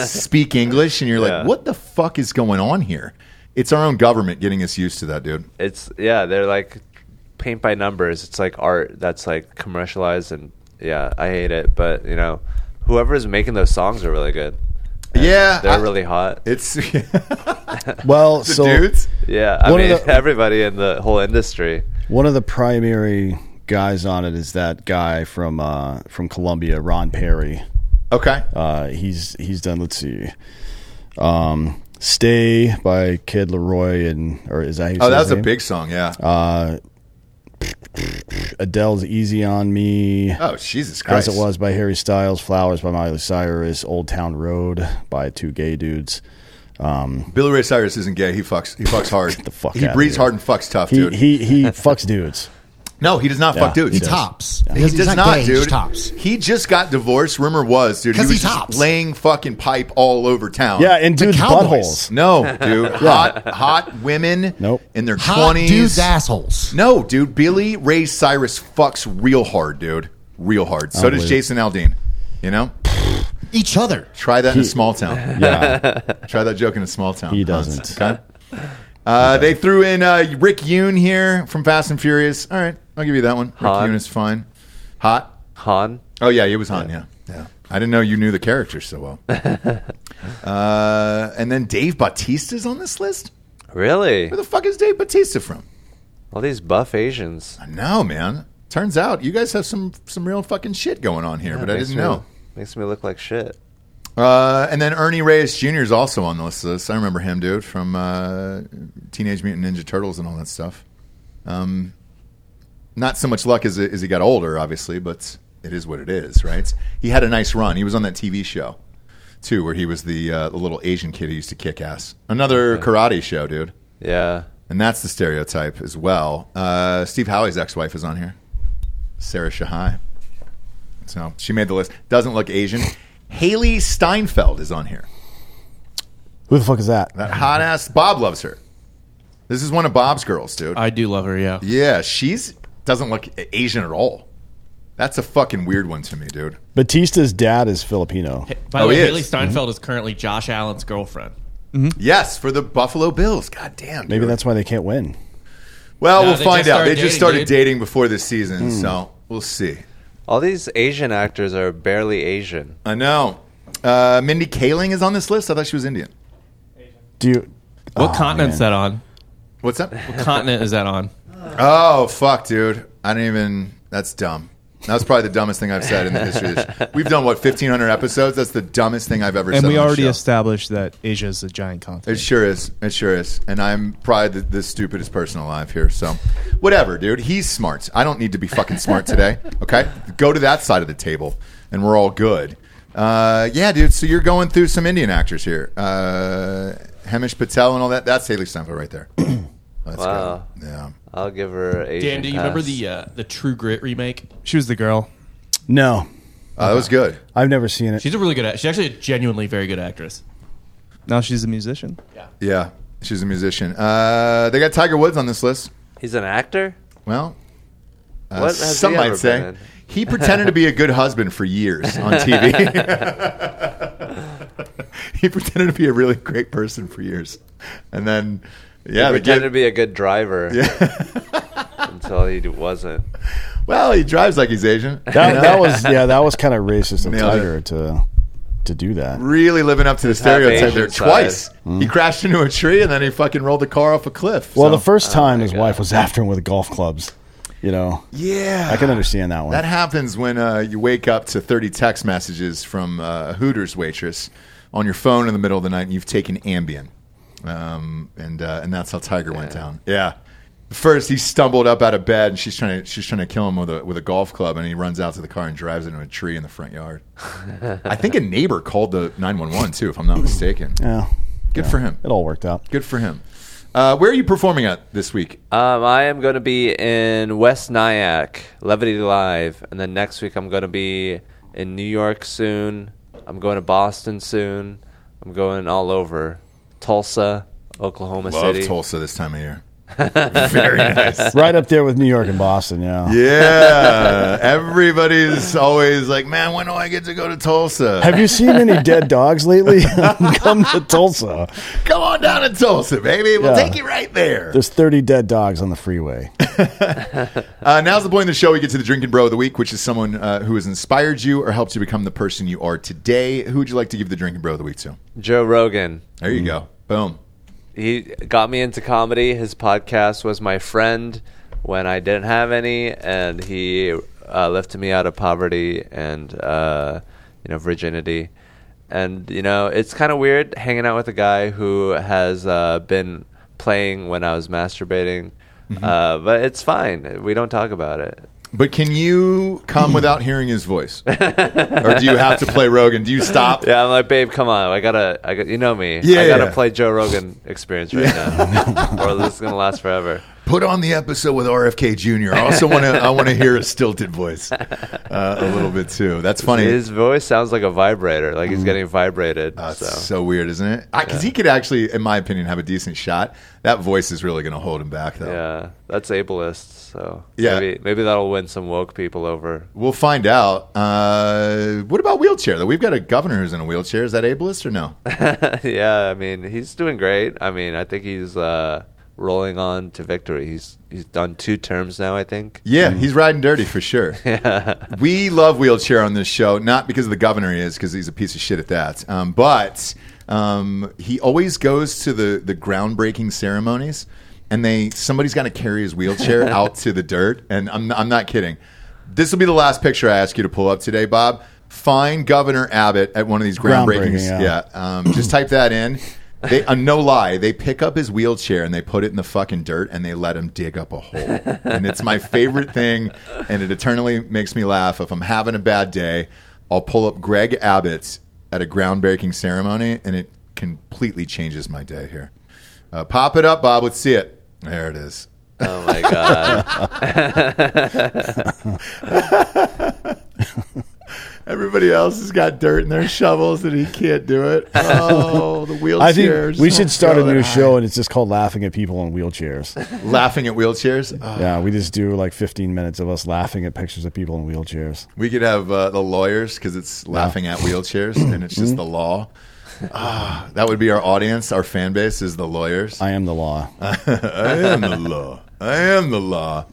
speak English, and you're
Yeah.
like, what the fuck is going on here? It's our own government getting us used to that, dude.
It's yeah. They're like paint by numbers. It's like art that's like commercialized and yeah. I hate it, but you know, whoever's making those songs are really good. And
Yeah,
they're
I-
really hot.
It's
Well,
the
so
dudes.
Yeah, I
One of
mean
the-
everybody in the whole industry.
one of the primary guys on it is that guy from uh, from Columbia, Ron Perry.
Okay. Oh,
Uh, he's he's done. Let's see, um, "Stay" by Kid Leroy, and or is that? how you
Oh,
say
that
his
was a
name?
big song, yeah.
Uh, Adele's "Easy on Me."
Oh, Jesus Christ.
As it was by Harry Styles, "Flowers" by Miley Cyrus, "Old Town Road" by two gay dudes. Um,
Billy Ray Cyrus isn't gay. He fucks. He fucks hard.
the fuck
He
outta
breathes
here.
hard and fucks tough,
he
dude.
he he fucks dudes.
no, he does not fuck
Yeah,
dudes.
he
does.
tops.
He
He's- he's
does not,
gay, he
dude.
just tops.
He just got divorced. Rumor was, dude, he
'Cause
was
he
just
tops.
laying fucking pipe all over town.
Yeah, and
The
dudes'
Cowboys.
buttholes.
No, dude. Hot, hot women.
Nope.
In their
Hot dudes
twenties.
assholes.
No, dude. Billy Ray Cyrus fucks real hard, dude. Real hard. So
don't
does
believe
Jason Aldean. You know,
Each other.
try that in a small town.
Yeah,
Try that joke in a small town.
He
Hans.
doesn't.
Okay? Uh, they threw in uh, Rick Yoon here from Fast and Furious. All right, I'll give you that one. Rick
Hot.
Yoon is fine. Hot.
Han.
Oh yeah, he was Han. Yeah. yeah. I didn't know you knew the character so well. uh, and then Dave Bautista's on this list.
Really?
Where the fuck is Dave Bautista from?
All these buff Asians.
I know, man. Turns out you guys have some some real fucking shit going on here, but I
Makes
didn't
me-
know.
Makes me look like shit.
Uh, and then Ernie Reyes Jr. is also on this list. I remember him, dude, from uh, Teenage Mutant Ninja Turtles and all that stuff. Um, not so much luck as, as he got older, obviously, but it is what it is, right? He had a nice run. He was on that TV show too, where he was the uh, the little Asian kid who used to kick ass. Another karate show, dude,
Yeah.
and that's the stereotype as well. Uh, Steve Howey's ex wife is on here, Sarah Shahai. So she made the list. Doesn't look Asian. Haley Steinfeld is on here.
who the fuck is that?
That hot ass Bob loves her. This is one of Bob's girls,
Uh,
dude.
I do love her. Yeah.
yeah, she's doesn't look Asian at all. That's a fucking weird one to me, dude.
Batista's dad is Filipino.
By
Oh,
the way,
he is.
Haley Steinfeld is currently Josh Allen's girlfriend.
Yes, for the Buffalo Bills. God damn.
Maybe
dude.
that's why they can't win.
Well,
No,
we'll
they
find
just
out.
started
They just
dating,
started
dude.
Hmm.
dating before this season, so we'll see.
All these Asian actors are barely Asian.
I know. Uh, Mindy Kaling is on this list. I thought she was Indian.
Do you?
What continent's that on?
What's that?
What continent is that on?
Oh fuck, dude! I didn't even. That's dumb. That's probably the dumbest thing I've said in the history of this. show. We've done what 1,500 episodes. That's the dumbest thing I've ever said.
and we
on this
already
show.
established that Asia is a giant continent.
It sure is. It sure is. And I'm probably the, the stupidest person alive here. So, whatever, dude. He's smart. I don't need to be fucking smart today. Okay, go to that side of the table, and we're all good. Uh, yeah, dude. So you're going through some Indian actors here. Uh, Hemish Patel and all that. That's Haley Steinfeld right there. Let's
wow.
go. Yeah.
I'll give her Asian.
Dan, do you remember
pass.
the uh, the True Grit remake?
She was the girl.
No,
Uh, that was good.
I've never seen it.
She's a really good. act- She's actually a genuinely very good actress.
Now she's a musician.
Yeah. She's a musician. Uh, they got Tiger Woods on this list.
He's an actor.
Well, uh,
What has
some
he
might
ever
say
been in?
he pretended to be a good husband for years on TV. he pretended to be a really great person for years, and then yeah,
he
they
pretended
gave-
to be a good driver. until he wasn't.
well, he drives like he's Asian. you know?
That, that was yeah, that was kind of racist of
Nailed it.
Tiger to to do that.
really living up to the
half
stereotype there
Asian Mm-hmm.
twice.
side.
He crashed into a tree and then he fucking rolled the car off a cliff.
Well,
so-
the first time his wife was after him with golf clubs, you know,
yeah,
I can understand that one.
That happens when uh, you wake up to 30 text messages from uh, a Hooters waitress on your phone in the middle of the night and you've taken Ambien. Um, and, uh, and that's how Tiger went down. Yeah. First, he stumbled up out of bed and she's trying to, she's trying to kill him with a, with a golf club and he runs out to the car and drives into a tree in the front yard. I think a neighbor called the 911 too, if I'm not mistaken.
yeah,
Good for him.
it all worked out.
Good for him. Uh, where are you performing at this week?
Um, I am going to be in West Nyack, Levity Live, and then next week I'm going to be in New York soon. I'm going to Boston soon. I'm going all over Tulsa, Oklahoma
Love
City.
Tulsa this time of year. Very nice.
Right up there with New York and Boston. Yeah.
Yeah, everybody's always like, "Man, when do I get to go to Tulsa?
Have you seen any dead dogs lately? Come to Tulsa.
Come on down to Tulsa, baby. We'll
Yeah.
take you right there."
There's 30 dead dogs on the freeway.
Uh, now's the point of the show. We get to the drinking bro of the week, which is someone uh, who has inspired you or helped you become the person you are today. Who would you like to give the drinking bro of the week to?
Joe Rogan.
There you go.
Mm.
Boom.
He got me into comedy. His podcast was my friend when I didn't have any, and he uh, lifted me out of poverty and uh, you know virginity. And you know, it's kind of weird hanging out with a guy who has uh, been playing when I was masturbating,
Mm-hmm.
uh, but it's fine. We don't talk about it.
But can you come without hearing his voice, or do you have to play Rogan? Do you stop?
Yeah, I'm like, babe, come on. I gotta, I got, you know me.
Yeah,
I gotta
yeah.
play Joe Rogan experience right now, or this is gonna last forever.
Put on the episode with RFK Jr. I also want to. I want to hear a stilted voice uh, a little bit too. That's funny.
His voice sounds like a vibrator, like he's getting vibrated.
Mm. That's
so.
so. weird, isn't it? Because he could actually, in my opinion, have a decent shot. That voice is really going to hold him back, though.
yeah, that's ableist. So
Yeah.
maybe, maybe that'll win some woke people over.
We'll find out. Uh, what about wheelchair? Though we've got a governor who's in a wheelchair. Is that ableist or no?
yeah, I mean he's doing great. I mean I think he's uh, rolling on to victory. He's he's done two terms now. I think.
Yeah, he's riding dirty for sure. We love wheelchair on this show, not because of the governor he is, because he's a piece of shit at that. Um, but um, he always goes to the the groundbreaking ceremonies, and they somebody's got to carry his wheelchair out to the dirt. And I'm I'm not kidding. This will be the last picture I ask you to pull up today, Bob. Find Governor Abbott at one of these groundbreaking.
Groundbreaking, yeah.
yeah, um, just type that in. They, uh, no lie, they pick up his wheelchair and they put it in the fucking dirt and they let him dig up a hole. And it's my favorite thing, and it eternally makes me laugh. If I'm having a bad day, I'll pull up Greg Abbott at a groundbreaking ceremony, and it completely changes my day here. Uh, pop it up, Bob. Let's see it. There it is.
Oh my god.
Everybody else has got dirt in their shovels, and he can't do it. Oh, the wheelchair.
I think we should start a new show, and it's just called "Laughing at People in Wheelchairs."
Laughing at wheelchairs. Oh,
yeah, we just do like 15 minutes of us laughing at pictures of people in wheelchairs.
We could have uh, the lawyers because it's laughing at wheelchairs and it's just the law. Ah, that would be our audience. Our fan base is the lawyers.
I am the law.
I am the law. I am the law.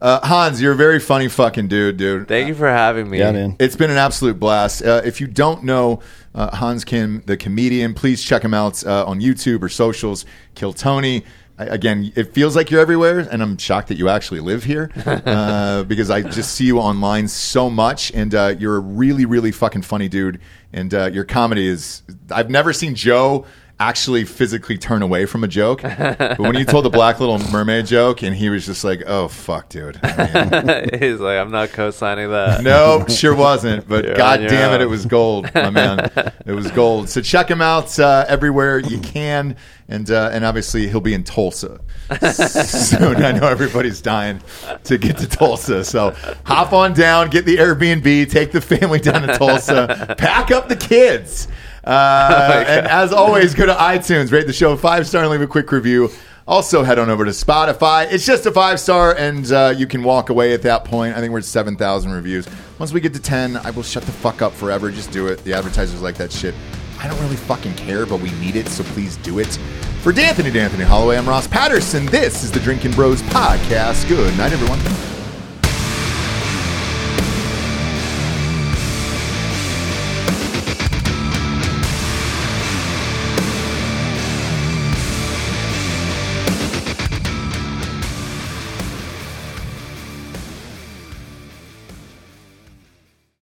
Uh, Hans, you're a very funny fucking dude, dude.
Thank you for having me.
Yeah, man.
It's been an absolute blast. Uh, if you don't know uh, Hans Kim, the comedian, please check him out uh, on YouTube or socials. Kill Tony. I, again, it feels like you're everywhere, and I'm shocked that you actually live here uh, because I just see you online so much, and uh, you're a really, really fucking funny dude. And uh, your comedy is. I've never seen Joe actually physically turn away from a joke. But when you told the Black Little Mermaid joke, and he was just like, oh, fuck, dude. I mean,
He's like, I'm not co-signing that.
no, sure wasn't. But
You're on
god
your
damn it,
own.
it was gold, my man. it was gold. So check him out uh, everywhere you can, and uh, and obviously he'll be in Tulsa soon. I know everybody's dying to get to Tulsa, so hop on down, get the Airbnb, take the family down to Tulsa, pack up the kids. Uh, and as always, go to iTunes, rate the show five star, and leave a quick review. Also, head on over to Spotify. It's just a five star, and uh, you can walk away at that point. I think we're at 7,000 reviews. Once we get to 10, I will shut the fuck up forever. Just do it. The advertisers like that shit. I don't really fucking care, but we need it, so please do it. For D'Anthony, D'Anthony Holloway, I'm Ross Patterson. This is the Drinking Bros Podcast. Good night, everyone.